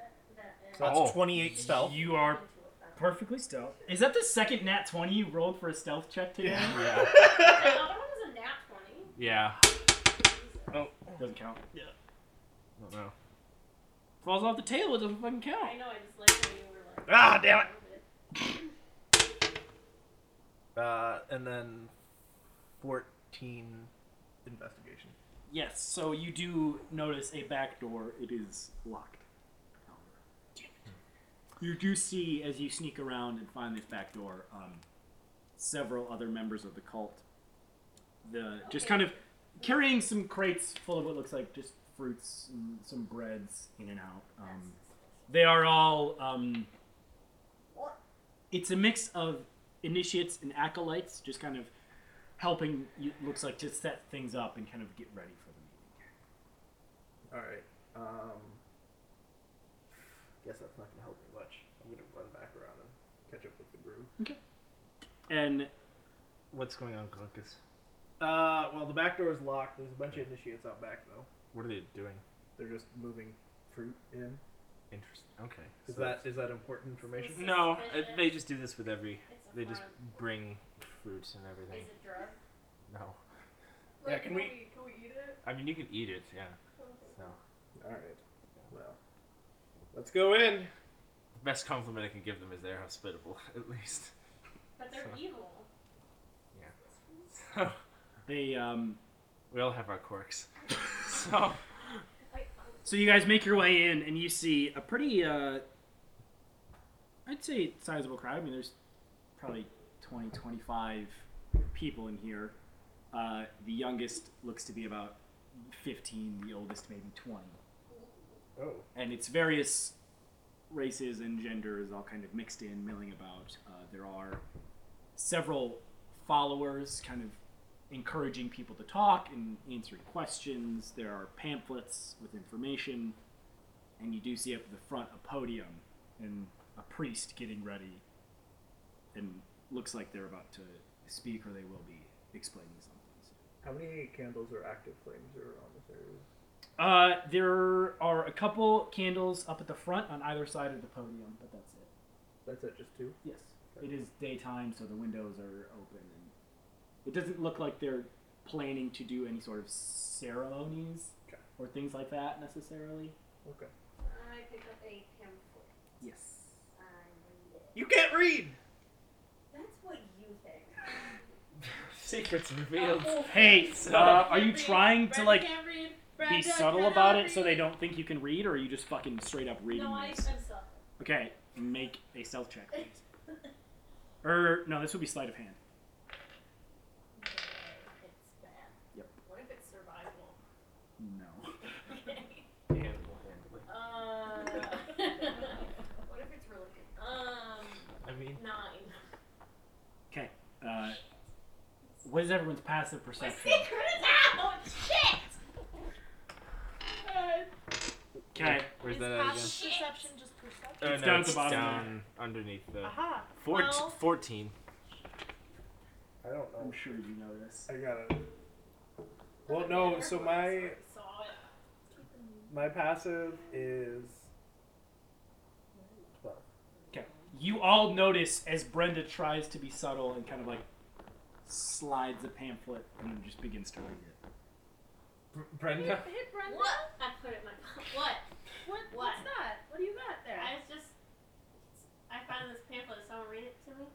uh,
So that's
Oh.
28 stealth.
You are
Into a fountain.
perfectly stealth. Is that the second nat 20 you rolled for a stealth check today?
Yeah.
The other one was a nat 20.
Yeah.
Oh. Doesn't count.
I don't know.
Falls off the table, it doesn't fucking count.
I know, I just like when you were like.
Ah, damn Uh, and then 14 investigation.
Yes, so you do notice a back door. It is locked. You do see, as you sneak around and find this back door, um, several other members of the cult. The just
Okay.
kind of carrying some crates full of what looks like just fruits and some breads in and out. Um, they are all. Um, it's a mix of initiates and acolytes, just kind of helping. You, looks like to set things up and kind of get ready for the meeting.
All right. Um, guess that's not gonna help me much. I'm gonna run back around and catch up with the group.
And
What's going on, Glunkus?
Uh, well, the back door is locked. There's a bunch of initiates out back though.
What are they doing?
They're just moving fruit in.
Interesting. Okay.
Is
so-
that is that important information?
No, uh,
Suspicious.
they just do this with every.
It's a
They just
farm.
bring fruit and everything.
Is it drugs?
No.
Yeah,
Like,
can we-
Can we eat it?
I mean, you can eat it, yeah. So,
All right. Well, let's go in.
the best compliment I can give them is they're hospitable, at least.
But they're
So-
evil.
So,
they um
we all have our quirks. so,
I,
So you guys make your way in, and you see a pretty, uh, I'd say, sizable crowd. I mean, there's probably 20, 25 people in here. Uh, the youngest looks to be about 15, the oldest maybe 20.
Oh.
And it's various races and genders all kind of mixed in, milling about. Uh, there are several followers kind of encouraging people to talk and answering questions. There are pamphlets with information, and you do see up at the front a podium and a priest getting ready, and looks like they're about to speak or they will be explaining something.
How many candles or active flames are on this area?
Uh, there are a couple candles up at the front on either side of the podium, but that's it.
That's it, just two.
Yes. It is daytime, so the windows are open, and it doesn't look like they're planning to do any sort of ceremonies
Okay.
or things like that necessarily.
Okay.
I pick up a pamphlet.
Yes.
I read it.
You can't read.
That's what you think.
Secrets
Oh,
revealed.
Hey, uh, are you
Can't read.
trying to
Brenda
like
can't read.
be
Brenda
subtle
cannot
about it so
read.
they don't think you can read, or are you just fucking straight up reading
no, I, I'm
this?
stuck.
Okay, make a stealth check, please. or no, this would be sleight of hand.
It's bad.
Yep.
What if it's survival?
No.
Okay.
Handle, handle.
Uh, what if it's really good? Um,
I mean,
nine.
Uh, what is everyone's passive
My
perception?
secret is out! Shit!
Okay,
Where's
Is
that at again?
passive perception just perception?
Oh,
It's
no,
down at
it's
the bottom
down underneath
Uh.
Uh,
the.
Aha.
Fourt-
Well-
14.
I don't
I'm sure you know this.
I gotta. Well, no. So my
Saw it.
my passive is twelve.
You all notice as Brenda tries to be subtle and kind of like slides a pamphlet and then just begins to read it.
Br- Brenda.
Hit, hit Brenda.
What? I put it in my What?
What,
What?
What's that? What do you got there?
I was just. I found this pamphlet. Did someone read it to me?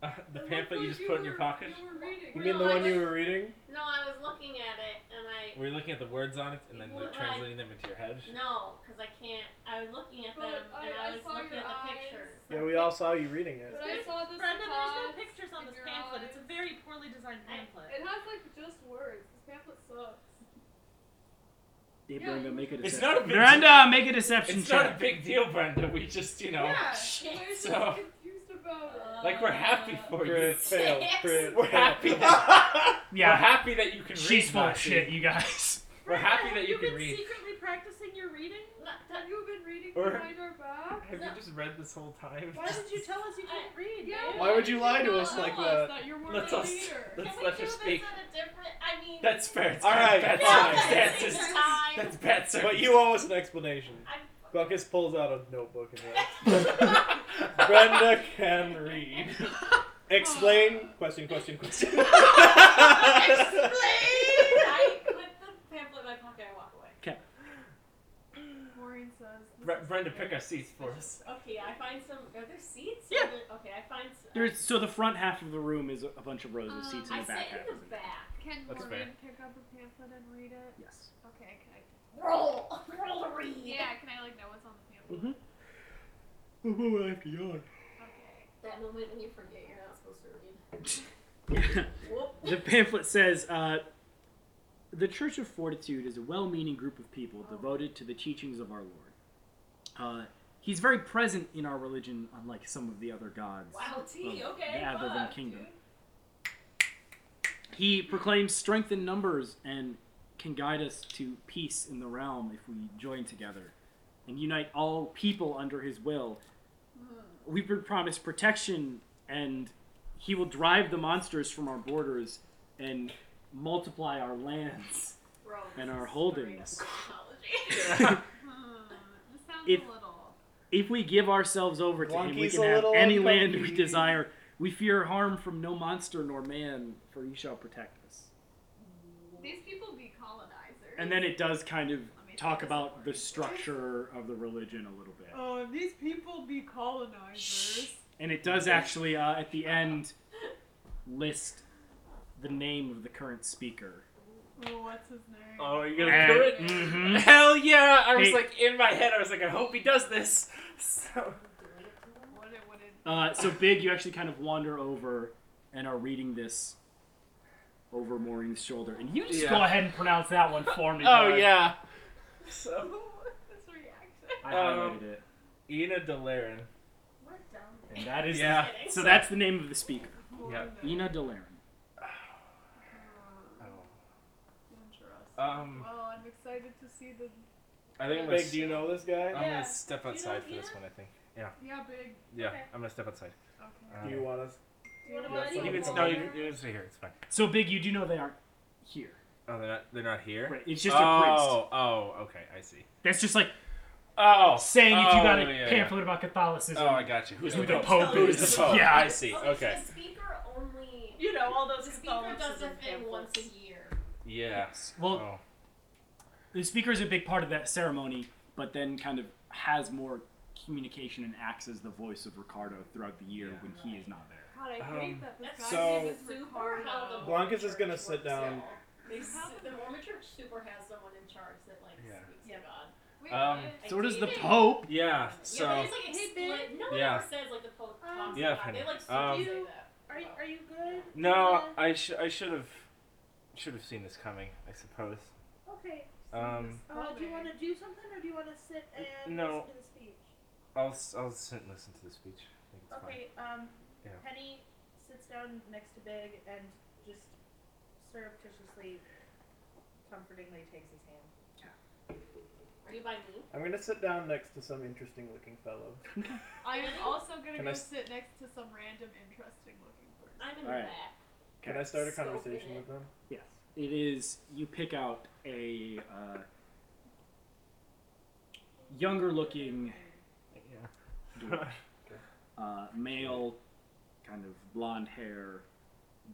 Uh, the
The one
pamphlet you
book
just put in your
were-
pocket.
You were reading.
No,
You mean the
I
one you
just-
were reading?
No, I was looking at it and I.
Were you looking at the words on it and then
Well,
like
I-
translating them into your head?
No, because I can't. I was looking at
But
them and
I-
I,
I
was
saw
looking at
your
the
eyes.
pictures.
Yeah, we all saw you reading it.
But I saw this
Brenda, there's no
surprise
pictures on
in
this
your
pamphlet. It's a
eyes.
very poorly designed pamphlet.
It has like just words. This pamphlet sucks.
They
Yeah,
Brenda
you-
make a
It's
deception.
not a big-
Brenda, make a deception
It's
check.
not a big deal, Brenda. We just, you know,
Yeah.
Shit.
We're just
So-
confused about it.
like we're happy for Oh, you.
Crit, fail,
Six.
crit,
We're
fail.
happy that- We're
yeah,
happy that you can read.
she's full of
Foxy.
shit, you guys.
We're happy
Have
that you
been
can read.
secretly practicing your reading?
Not that-
Have you been reading
Or-
behind our back?
Have you just read this whole time?
Why did you tell us you couldn't read?
Yeah.
babe?
Why would you lie to
Tell
us like
us
that?
that you're more
Let's
than a
uh, us-
leader.
let's
Can we
let
do
her
this
speak.
on a different? I mean,
That's fair. It's
All
kind of
right,
Bad
fine.
circumstances.
That's fine.
That's bad
But
circumstances.
you owe us an explanation.
I'm,
Buckus pulls out a notebook and writes. Brenda can read. Explain. Question. Question. Question.
I put the pamphlet in my pocket. I walk away.
Maureen says. this
Bre-
is
Brenda,
weird.
pick our seats for us.
Okay, I find some. Are there seats?
Yeah.
Are there- Okay, I find. s-
There's so the front half of the room is a bunch of rows
Um,
of seats
Uh, I
and the back
sit
half.
in the
is empty.
back.
Can
That's
Maureen pick up a pamphlet and read it?
Yes.
Okay, can I?
Roll, roll to read.
Yeah, can I like know what's on the pamphlet?
Oh, I have to yawn.
Okay.
That moment when you forget you're not supposed to read. Whoop.
The pamphlet says uh, The Church of Fortitude is a well meaning group of people devoted to the teachings of our Lord. Uh, he's very present in our religion, unlike some of the other gods.
Wow, T.
Oh,
Okay.
yeah, the Rim
fuck,
Kingdom.
dude.
He proclaims strength in numbers and can guide us to peace in the realm if we join together and unite all people under his will.
Hmm.
We've been promised protection, and he will drive the monsters from our borders and multiply our lands.
Bro,
And
this
our
is
holdings.
straight up psychology.
Hmm. This sounds
If-
a little.
If we give ourselves over to him, we
Wonky's
can
a
have
little
any land we
unfunky.
desire. We fear harm from no monster nor man, for he shall protect us.
These people be colonizers.
And then it does kind of
Let me
talk
focus
about
on
the
words.
structure of the religion a little bit.
Oh, these people be colonizers.
And it does actually, uh, at the end, list the name of the current speaker.
Oh, what's his name?
Oh, are you gonna
And-
do it?
mhm.
mm-hmm. Hell yeah! I was
Hey.
like in my head. I was like, I hope he does this. So
What it would it?
Uh, so big, you actually kind of wander over and are reading this over Maureen's shoulder, and you just
Yeah.
go ahead and pronounce that one for me.
Oh
bud.
yeah. So
This reaction.
I
Um,
highlighted it,
Ina Delarin.
What a dumb
and that is
Yeah.
so that's the name of the speaker,
Yeah.
Ina Delarin.
Hmm. Interesting.
Oh. Um,
well, I'm excited to see the.
I think I'm gonna,
Big,
s-
do you know this guy?
I'm
Yeah.
gonna step
Do you know
outside for
Ina?
this one. I think.
Yeah, big.
Yeah,
Okay.
I'm gonna step outside.
Okay.
Uh,
Do you want us?
Do you
What
wanna
about
do
You can,
some
no,
more?
you can, you can stay here. It's fine.
So big, you do know they aren't here.
Oh, they're not. They're not here.
Right? It's just a priest.
oh, oh, okay, I see.
That's just like
Oh,
saying if you got
oh,
a
yeah, yeah.
pamphlet about Catholicism.
Oh, I got you. Who's
Who
the
the
Pope?
Pope
Who's
is.
the Pope?
Yeah, I
see.
Okay,
Okay.
so the speaker only.
You know, all those
The speaker does
Catholicism
a thing once
pamphlets.
a year.
Yeah.
Well,
oh.
the speaker is a big part of that ceremony, but then kind of has more communication and acts as the voice of Ricardo throughout the year
Yeah.
when he is not there.
God, I hate
Um,
that this
That's
guy's
so-
name is
super how the
Ricardo.
Blanca's
Mormon
just gonna
church
sit
works
down.
now.
They
Su-
have-
The Mormon church super has someone in charge that like
Yeah.
speaks
Yeah.
to God.
Wait,
Um,
what?
So does the
David.
Pope.
Yeah.
yeah,
So.
but it's like
Hey,
explicit. No one
Yeah.
ever says like the Pope
Um,
talks
Yeah,
to God. They like
um,
super say that.
Are you, are you good?
No,
Uh,
I should. I should have. Should have seen this coming. I suppose.
okay.
Um,
Uh, do you want to do something or do you want to sit and
No.
listen to the speech?
I'll. s- I'll sit and listen to the speech. I think it's
Okay, um,
Yeah.
Penny sits down next to Big and just surreptitiously, comfortingly takes his hand.
Are you by me?
I'm gonna sit down next to some interesting looking fellow.
I am also gonna
Can
go
I s-
sit next to some random interesting looking person.
I'm in
All
the
right.
back.
Can I start a
So
conversation
good.
with them?
Yes. It is. You pick out a uh, younger looking
fine. Yeah.
uh, male, kind of blonde hair,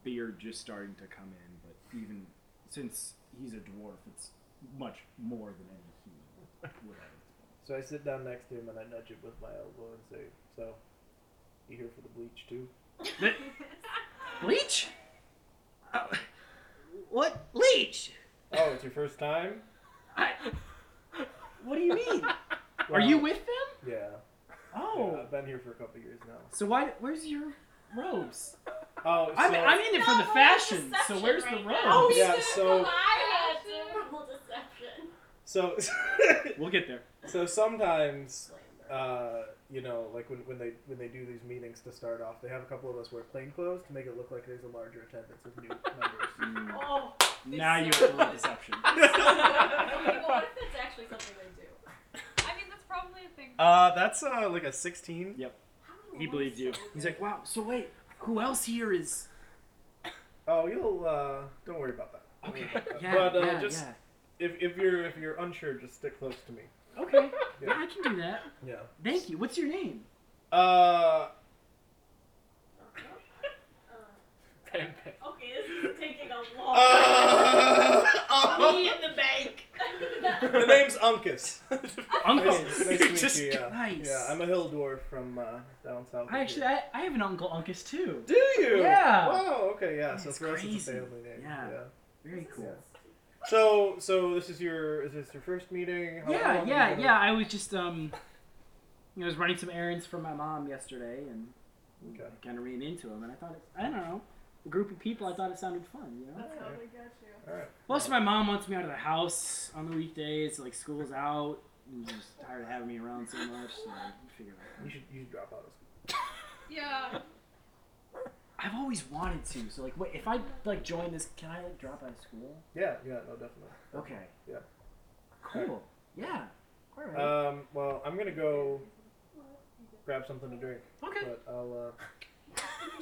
beard just starting to come in, but even since he's a dwarf, it's much more than any human would have.
So I sit down next to him and I nudge him with my elbow and say, "So, you here for the bleach too?"
Leech? Uh, what leech?
Oh, it's your first time?
what do you mean? Are
Well,
you with them?
Yeah.
Oh,
Yeah, I've been here for a couple years now.
so why? Where's your robes?
Oh, so
I'm, I'm in it for the
No, we're at
fashion. So
deception
where's the
right
robes?
now. Oh,
yeah,
Oh, I
so
had
Deception.
to roll deception.
so
We'll get there.
so sometimes
Slander.
uh, you know, like when, when they when they do these meetings to start off, they have a couple of us wear plain clothes to make it look like there's a larger attendance of new members.
Oh,
Mm, now you have to roll deception.
okay, well, what if it's actually something they do?
I mean, that's probably a thing.
Uh, that's uh, like a sixteen.
How do
He
roll
believes you.
so
He's
good?
like, wow. So wait, who else here is?
Oh, you'll uh, don't worry about that. Don't worry about that.
Yeah,
but uh,
yeah,
just if if you're if you're unsure, just stick close to me.
yeah. Okay.
Yeah.
yeah, I can do that.
Yeah.
Thank you. What's your name?
Uh,
Okay, this is taking a long
uh,
Me in the bank.
the name's Uncas.
Uncle.
Nice, nice to meet
Just-
you. Yeah.
nice.
Yeah, I'm a hill dwarf from uh, down south.
I
of
actually,
here.
I, I have an uncle Uncas too.
do you?
Yeah.
Oh, okay, yeah. So
That's
for us, it's a
crazy.
family name.
Yeah. Very cool.
So, so this is your is this your first meeting? How
Yeah,
long
yeah,
have you been-
yeah. I was just um, you know, I was running some errands for my mom yesterday, and
Okay.
I kind of ran into him, and I thought, it, I don't know, a group of people. I thought it sounded fun, you know.
That's how they got you.
All right.
Plus, my mom wants me out of the house on the weekdays, like school's out, and she's tired of having me around so much. So I figured,
You should you should drop out of school.
Yeah.
I've always wanted to. So like, wait, if I like join this, can I like drop out of school?
Yeah, yeah, no, definitely.
Okay.
Yeah.
Cool. Yeah. All right.
Um, well, I'm gonna go grab something to drink,
okay.
but I'll uh,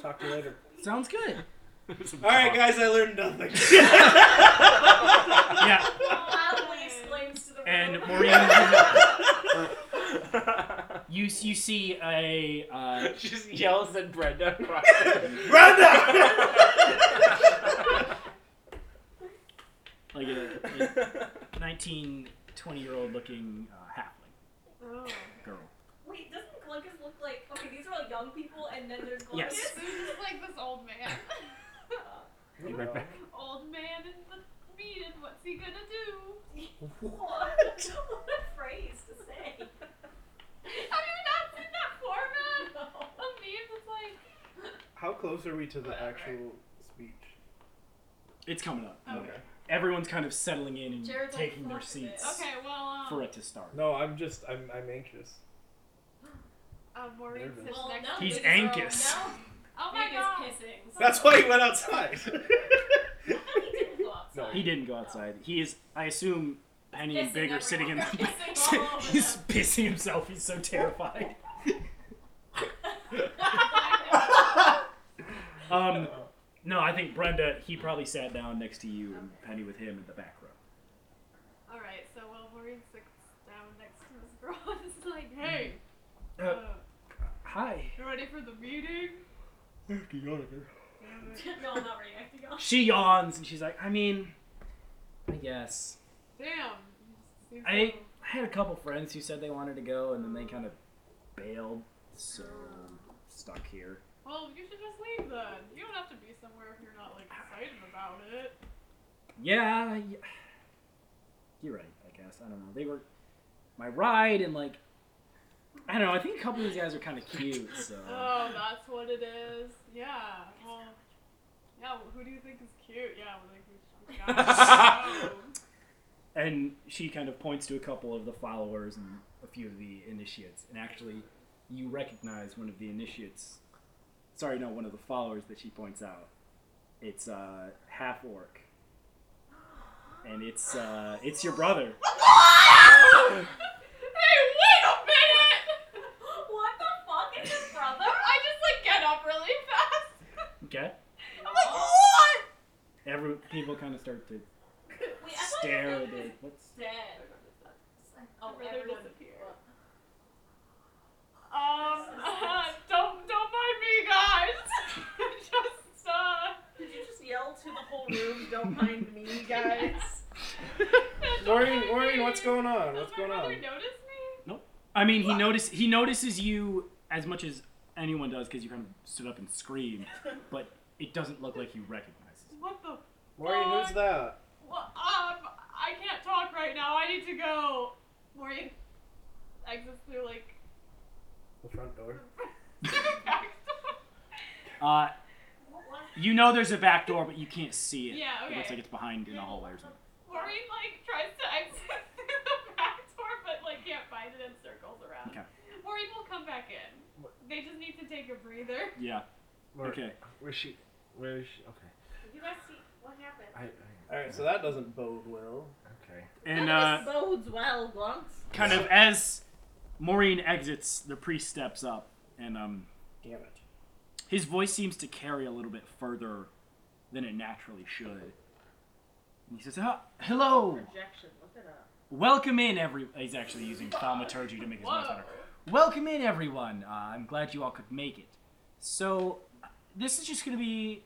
talk to you later.
Sounds good.
All right, guys, I learned nothing.
Yeah.
Loudly exclaims to the room.
And Maureen, you you see a uh,
She just yells at Brenda.
Brenda!
like a, a 19, 20 year old looking uh, halfling
Oh.
girl.
Wait, doesn't Glunkus look like okay? These are all young people, and then there's Glunkus.
Yes.
This is like this old man.
Uh,
Be right back.
old man in the mean and what's he gonna do?
What? what a phrase to say.
Have you not seen that format
No.
of memes? It's like,
How close are we to the actual speech?
It's coming up.
Okay.
Everyone's kind of settling in and
Jared's like,
taking their
"Fuck this."
seats
okay, well, um,
for it to start.
No, I'm just I'm I'm anxious.
uh, Maureen
Nervous.
sits
Well,
next
no,
to
He's
this
me.
is wrong.
Angus.
No,
Oh my god.
Angus kissing.
That's why he went outside.
He didn't go outside.
No,
He didn't go outside. He is, I assume, Penny and
Pissing
Big are sitting in
everyone.
the
Pissing all over
He's pissing himself. He's so terrified. Um, no, I think Brenda, he probably sat down next to you and Penny with him in the back row.
Alright, so while Maureen sits down next to this girl, it's like, hey,
Uh,
uh,
Hi.
you ready for the meeting?
no, I'm not reacting. on.
She yawns and she's like, I mean, I guess.
Damn. you just seem
I-
so-
I had a couple friends who said they wanted to go and then they kind of bailed, so I'm stuck here.
Well, you should just leave then. You don't have to be somewhere if you're not like excited about it.
Yeah, y- you're right. I guess I don't know. They were my ride and like I don't know. I think a couple of these guys are kind of cute, so
Oh, that's what it is. Yeah. Well, yeah. well, Who do you think is cute? Yeah. Well, like, we- we gotta go.
and she kind of points to a couple of the followers and a few of the initiates, and actually, you recognize one of the initiates. Sorry, no, one of the followers that she points out. It's uh, half orc, and it's uh, it's your brother.
hey, wait a minute!
What the fuck is his brother?
I just like get up really fast.
Okay,
I'm like, what?
every people kind of start to
Wait, I thought
stare
your
at
brother
it.
was
What's
Dead. Oh,
brother
everyone-
disappeared. Um, don't don't mind me, guys. just uh.
Did you just yell to the whole room, don't mind me, guys?
Maureen, Maureen, what's going on?
Does
What's
my
going
brother
on?
notice me?
I mean, he notice he notices you as much as anyone does because you kind of stood up and screamed, but it doesn't look like you recognize. him.
What the?
Maureen, who's that?
Well, um, I can't talk right now. I need to go. Maureen exits through like
The front door.
the back door.
Uh,
What? what?
you know there's a back door, but you can't see it.
Yeah,
It looks
okay.
like it's behind in a hallway or something.
Maureen like tries to exit through the back door, but like can't find it and circles around.
Okay.
Maureen will come back in. They just need to take a breather.
Yeah.
Maureen,
Okay.
Where's she? Where is she? Okay.
Did you guys see what happened?
I, I
All right, so that doesn't bode well.
okay.
And
None
uh,
of this bodes well, Glunks.
kind of as Maureen exits, the priest steps up, and um,
Damn it.
his voice seems to carry a little bit further than it naturally should. And he says, "Ah, "Hello,
Projection, look it up.
welcome in, every." He's actually using thaumaturgy to make his voice
Whoa.
better. Welcome in, everyone. Uh, I'm glad you all could make it. So, uh, this is just going to be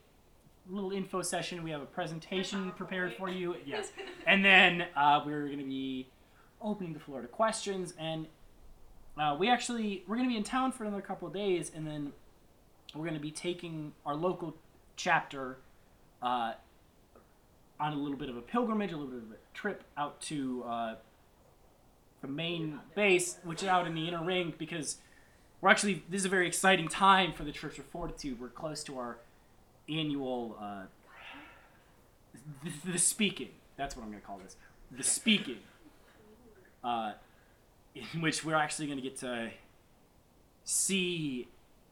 a little info session. We have a presentation prepared for you. Yes. And then uh, we're going to be opening the floor to questions. And uh, we actually, we're going to be in town for another couple of days. And then we're going to be taking our local chapter uh, on a little bit of a pilgrimage, a little bit of a trip out to uh, the main base, which is out in the inner ring, because we're actually this is a very exciting time for the Church of Fortitude. We're close to our annual uh, the, the speaking. That's what I'm going to call this. The speaking, uh, in which we're actually going to get to see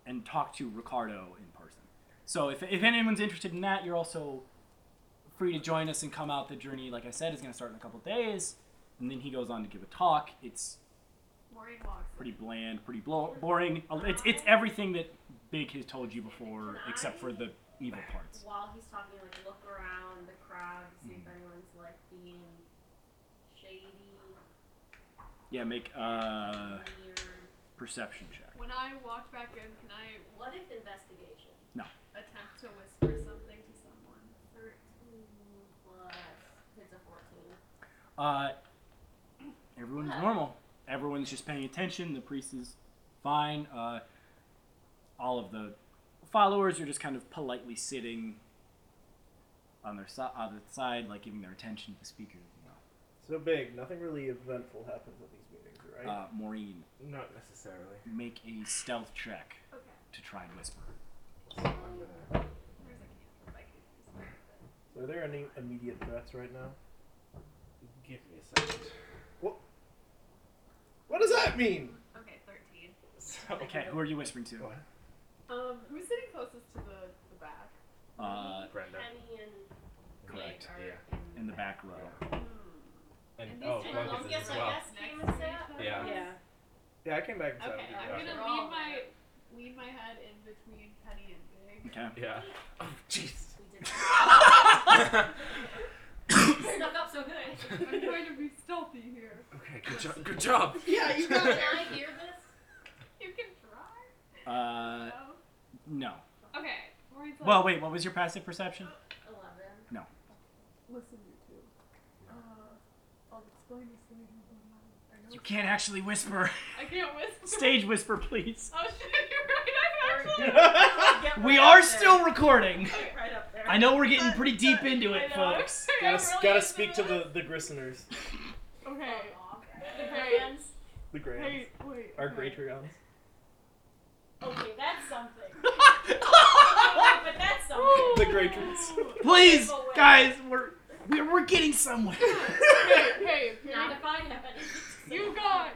and talk to Ricardo in person. So if, if anyone's interested in that, you're also free to join us and come out. The journey, like I said, is going to start in a couple days. And then he goes on to give a talk. It's
Maureen walks.
pretty bland, pretty blo- boring. Uh, It's, it's everything that Big has told you before, except for the evil parts.
While he's talking, like look around the crowd to see if anyone's like being shady,
Yeah, make a
weird.
perception check.
When I walk back in, can I
What if investigation?
attempt to whisper something to someone?
Thirteen plus it's a fourteen.
Uh, everyone's normal. Everyone's just paying attention. The priest is fine. Uh, all of the followers are just kind of politely sitting on their si- on the side, like giving their attention to the speaker.
So big, nothing really eventful happens at these meetings, right?
Uh, Maureen,
Not necessarily.
make a stealth check
Okay.
to try and whisper.
So I'm gonna-
Where's that camera? I can use that, but-
so are there any immediate threats right now?
Give me a second.
What does that mean?
Okay, 13.
So,
Okay, who are you whispering to?
What?
Um, who's sitting closest to the, the back?
Uh,
Brenda.
Penny and
Correct.
Meg are
Yeah.
in the back row.
And,
And these
oh,
two
Blank
alone,
is
yes,
as
I
well.
guess. Game and set?
Yeah.
Yeah.
Yeah, I came back and
Okay,
said,
I'm
Yeah.
gonna
We're all
lean my
there.
lean my head in between Penny and Big.
Okay.
Yeah. Oh, jeez.
We did snuck up so good.
I'm trying to be stealthy here.
Okay, good job. Good job.
Yeah, you
Can I hear this?
You can try.
Uh,
No.
no.
Okay. Maureen's like,
Well, wait. What was your passive perception?
Eleven.
listen, you two. Uh, I'll explain this later. but I- I know
You
it's-
can't actually whisper.
I can't whisper.
Stage whisper, please.
Oh shit! You're right. I'm actually.
Get
We
right
are
up there.
still recording.
Get right up there.
I know we're getting pretty deep into
I
it,
know.
folks.
I'm
gotta,
really
gotta
into
speak to
this.
the, the Gristeners,
Okay.
The
Okay.
brands.
the Grands,
Hey, wait.
our
okay.
Greatrions.
Okay, that's something. Okay, but that's something.
The Greatrions.
Oh!
Please,
Go away.
guys, we're we're, we're getting somewhere.
Hey, hey, if you're
Not if I have anything.
You guys!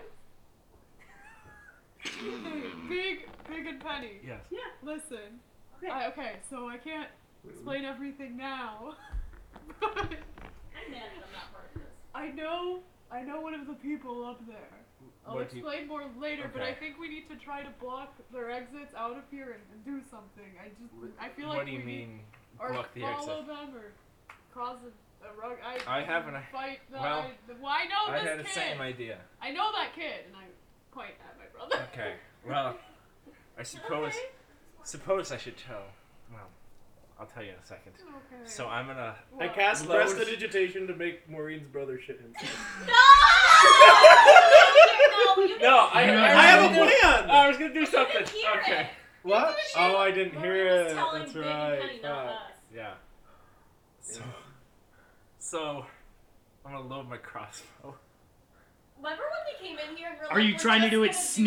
Hey, big, big and Penny.
Yes.
Listen.
Okay.
I, okay, so I can't explain everything now. But
I'm mad that I'm not part of this.
I know, I know one of the people up there. I'll
What do you-
explain more later, but I
Okay.
think we need to try to block their exits out of here and, and do something. I just, I feel like
what do you
we need-
mean
or
block the exit?
follow them or cause a, a rug. I,
I have an-
fight. The,
well,
I, the, well, I know
I
this
had
kid.
the same idea.
I know that kid, and I point at my brother.
Okay. Well, I suppose suppose I should tell. Well, I'll tell you in a second.
okay.
So I'm gonna.
I
Well,
cast
Lowe's-
prestidigitation to make Maureen's brother shit himself.
No! You
No,
I-
I,
No,
I have a
no,
plan.
I was gonna do
didn't
something.
hear
Okay.
it.
what?
Didn't
Oh, I
Maureen
didn't hear
was
it.
telling
That's
Big
right.
and Penny, not
Fuck.
us.
Yeah. So, so I'm gonna load my crossbow.
Remember when we came in here and we're like,
Are you
we're
trying to
just
do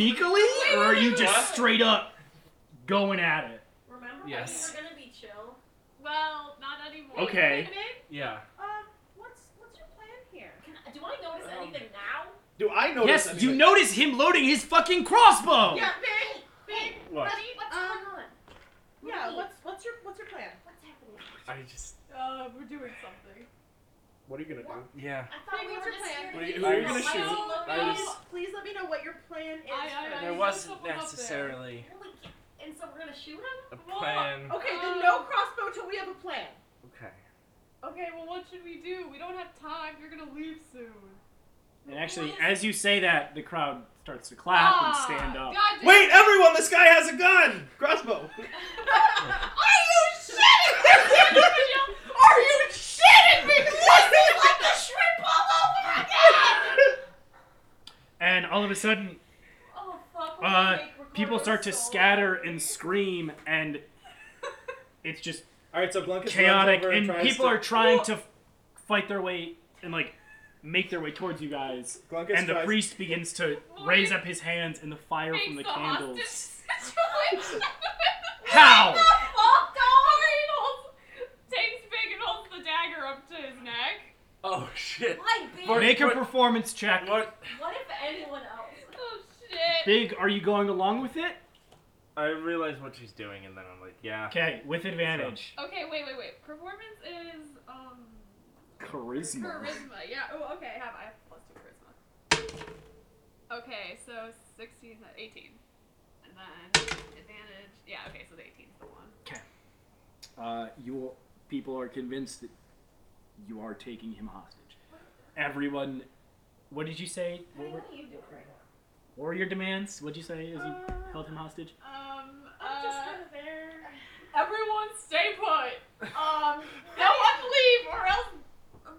it
gonna
sneakily, or are you
What?
just straight up going at it?
Remember when
Yes.
we were gonna be chill?
well, not anymore.
Okay.
Yeah.
Uh,
Um, what's what's your plan here?
Can I, do I notice
Um,
anything now?
Do I notice?
Yes,
anything?
you notice him loading his fucking crossbow.
Yeah,
Hey, hey,
What?
buddy, what's
Um,
going on?
Yeah,
Wait.
what's what's your what's your plan?
What's happening?
I just.
Uh, we're doing something.
What are you gonna do?
Yeah.
I thought
Hey,
we
what's
were
your
just
plan?
here to
What are you-
be
who are you
chill.
gonna
Why
shoot?
don't you
I
load
was-
up?
Please, please let me know what your plan is.
I- I-
first.
I-
There
you
wasn't
put up there.
necessarily
Really? And so we're gonna shoot him?
a
Well,
plan.
Okay,
um,
then no crossbow till we have a plan.
Okay.
Okay, well, what should we do? We don't have time. You're gonna leave soon.
And actually, as you say that, the crowd starts to clap and stand up.
Ah, God damn
Wait, everyone! This guy has a gun. Crossbow.
Are you shitting me? Are you shitting me? This is like the shrimp all over again.
And all of a sudden,
Oh fuck. we're
uh,
gonna make Ricardo
people start to
so
scatter
angry.
and scream, and it's just
All right, so Blanket
chaotic. And
tries
people
to,
are trying to fight their way and like make their way towards you guys.
Glunkus
And the
tries-
priest begins to raise up his hands, and the fire
Makes
from the
the hostage
candles.
situation.
How?
Fuck, Maureen holds, takes Big and holds the dagger up to his neck.
Oh shit.
Why big?
Marty-
Make a performance check.
What?
What if anyone else?
Oh shit.
Big, are you going along with it?
I realize what she's doing, and then I'm like, yeah.
Okay, with advantage.
Okay, wait, wait, wait. Performance is um
Charisma.
charisma. Yeah. Oh, okay. I have I have plus two charisma. Okay, so 16, 18. and then advantage. Yeah. Okay, so the 18 is the one.
Uh, you people are convinced that you are taking him hostage. Everyone, what did you say? What
Hey,
were,
what are you doing right now?
what were your demands? What did you say as you held him hostage?
Uh, Um.
I'm just
Uh,
kind of there.
everyone, stay put. Um. No one leave, or else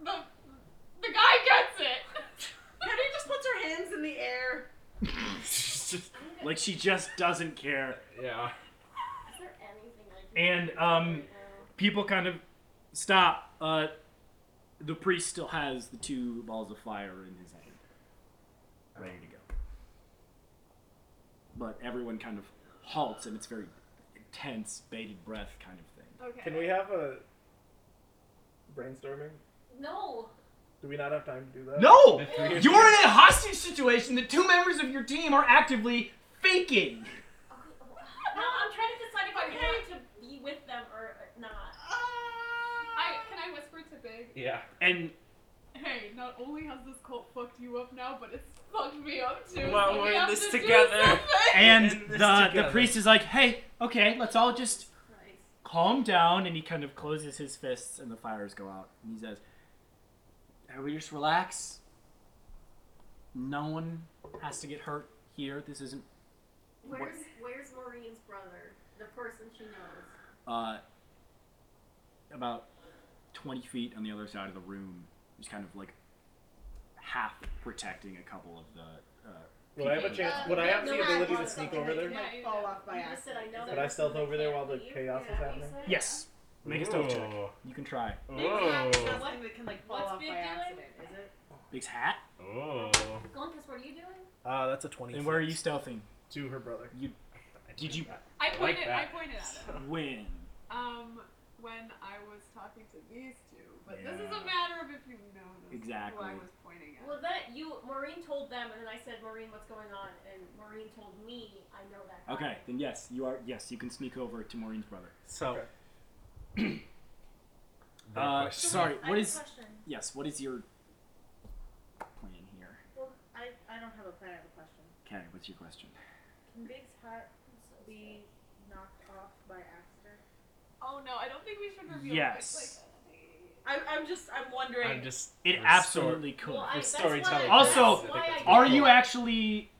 the the guy gets it.
Penny just puts her hands in the air.
She's just-
Like she just doesn't care.
yeah.
Is there anything like
And, um, People kind of stop Uh, the priest still has the two balls of fire in his hand, ready to go. But everyone kind of halts, and it's very intense, bated breath kind of thing.
Okay.
Can we have a brainstorming?
No.
Do we not have time to do that?
No,
The three of
you are in a hostage situation that two members of your team are actively faking.
No, I'm trying to decide if I'm going to be with them or not.
I can I whisper to Big?
Yeah.
And
Hey, not only has this cult fucked you up now, but it's fucked me up too.
Well,
so we
we're in
have
this
to do
together.
something.
and
And
the
this
the
together.
priest is like, "Hey, okay, let's all just
Christ.
calm down." And he kind of closes his fists, and the fires go out. And he says, "Everybody just relax. No one has to get hurt here. This isn't."
Where's Where's Maureen's brother? The person she knows.
uh, about 20 feet on the other side of the room, just kind of like half protecting a couple of the. Uh,
Would I have a
people.
chance?
Uh,
would I have
no,
the
I
ability to
want
sneak
something
over
that
there?
can,
there?
like,
Yeah, you
fall
do.
off by
You just said I
accident.
know.
Is
Could
that
I
that-
stealth
person
over there
can't
while the
leave.
chaos is
Yeah.
happening?
Yes, make a stealth check. You can try.
Oh.
Something that can like fall
What's
off by
Big doing?
accident, is it?
Big's hat.
Oh.
Glunkus, what are you doing?
Ah,
Uh, that's a 20.
And where are you stealthing?
To her brother.
Did you
I
like
pointed. I
that.
pointed at it.
win?
Um, when I was talking to these two, but this is a
Yeah.
matter of if you know this, who
Exactly.
I was pointing at.
Well, that you Maureen told them, and then I said, Maureen, what's going on? And Maureen told me, I know that. guy.
Okay, then yes, you are. Yes, you can sneak over to Maureen's brother.
So.
That
Uh,
question.
sorry.
I
What
have a
is?
question.
Yes. What is your plan here?
Well, I, I don't have a plan. I have a question.
Okay. What's your question?
Can Big's hat be knocked off by accident?
Oh no, I don't think we should reveal. uh,
Yes.
I, I'm just I'm wondering.
I'm just.
It
I'm stor-
absolutely could.
Well, I,
For
that's
storytelling.
Why,
Also,
that's why I
Are
Are
did
you
that.
actually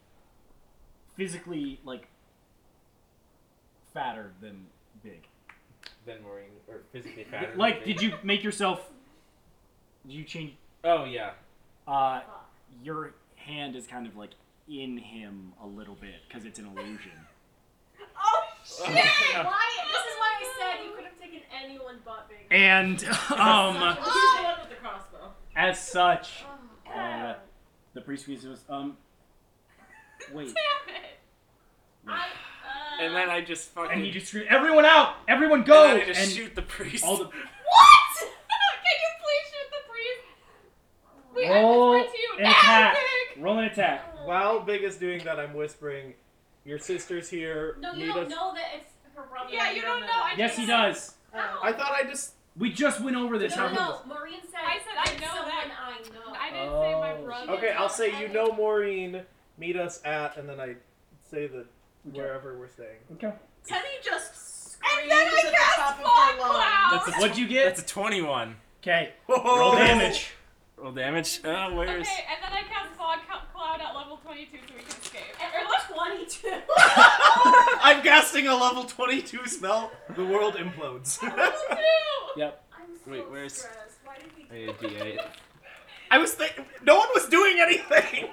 physically like fatter than big?
Then Maureen, or physically fatter. than
Like,
me.
did you make yourself? Did you change?
Oh yeah.
Uh,
Fuck.
your hand is kind of like in him a little bit because it's an illusion.
Oh
Yeah.
Why? This is why I said you could have taken anyone but Big.
And
Oh!
um,
Such a-
the one with the crossbow.
as such, uh,
God.
the priest was um. Wait.
damn it!
I, uh,
And then I just fucking.
And he just screamed, "Everyone out! Everyone
and
go!"
then I just
And
shoot the priest.
all the
What? Can you please shoot the priest? Wait,
Oh,
Roll
I whispered to you.
an
"No,
attack.
Big!"
roll an attack.
While Big is doing that, I'm whispering, Your sister's here.
No, you
meet
don't
us.
know that it's her brother.
Yeah, you don't know. I
Yes,
just
he
said-
does.
Uh,
I thought I just.
We just went over this.
No,
How-
no, no. Maureen said.
I said, "I
"That's
know
someone
that."
I know.
I didn't say my
Oh.
brother.
Okay, I'll say, You know Maureen, meet us at, and then I say the wherever we're staying.
Okay.
Penny just
And
screams
then I
at the
cast
top of
fog
her lungs.
cloud.
That's a tw-
What'd you
That's
get?
a 21.
Okay. Roll damage.
Roll damage. Oh, where's.
Okay, and then I cast fog cou- cloud at level 22 so we can escape.
At level 22.
I'm casting a level 22 spell. The world implodes.
Level two.
I'm so
Wait, where's-
stressed. Why did we do
I need a D8.
I was thinking. No one was doing anything!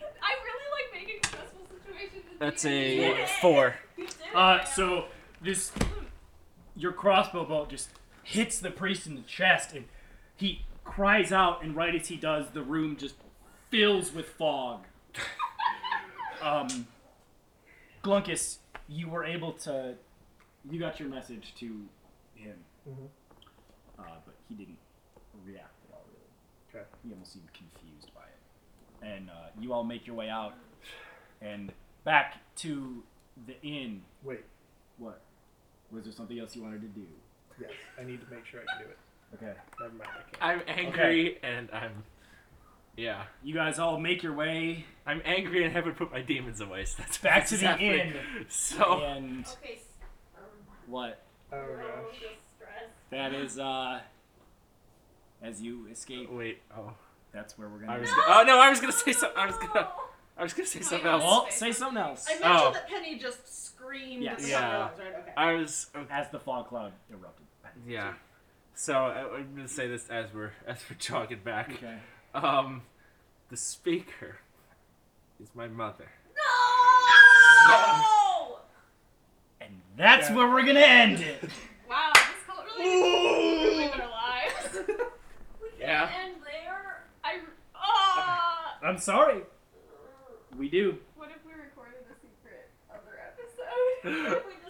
I really like making stressful situations. into
That's
easy.
a 4.
You did it.
Uh, so this, your crossbow bolt just hits the priest in the chest, and he cries out. And right as he does, the room just fills with fog. um, Glunkus, you were able to, you got your message to him,
Mhm.
uh, but he didn't react at all. Really,
'Kay.
he almost seemed confused by it. And uh, you all make your way out and back to the inn.
Wait,
What? Was there something else you wanted to do?
yes, I need to make sure I can do it.
Okay.
Never mind, I can't.
I'm angry and I'm. Yeah.
You guys all make your way
I'm angry and haven't put my demons away, so that's
Back
what's
to the
happening.
inn.
So.
and
Okay. s- um,
what?
Oh
I'm
gosh.
so stressed.
That is uh as you escape,
Wait. Oh.
that's where we're
I
gonna
was
go.
gonna, oh no! I was gonna say something. I was gonna. I was gonna say something else.
Well, say something else.
I mentioned
Oh.
that Penny just screamed
Yes.
at the
Yeah.
top of her lungs, right? Okay.
I was. oh,
As the fog cloud erupted.
Yeah. So I, I'm gonna say this as we're as we're jogging back.
Okay.
Um, the speaker is my mother.
No!
And that's where we're gonna end it.
Wow,
ah!
I'm sorry. We do.
What if we recorded a secret other episode?
What if we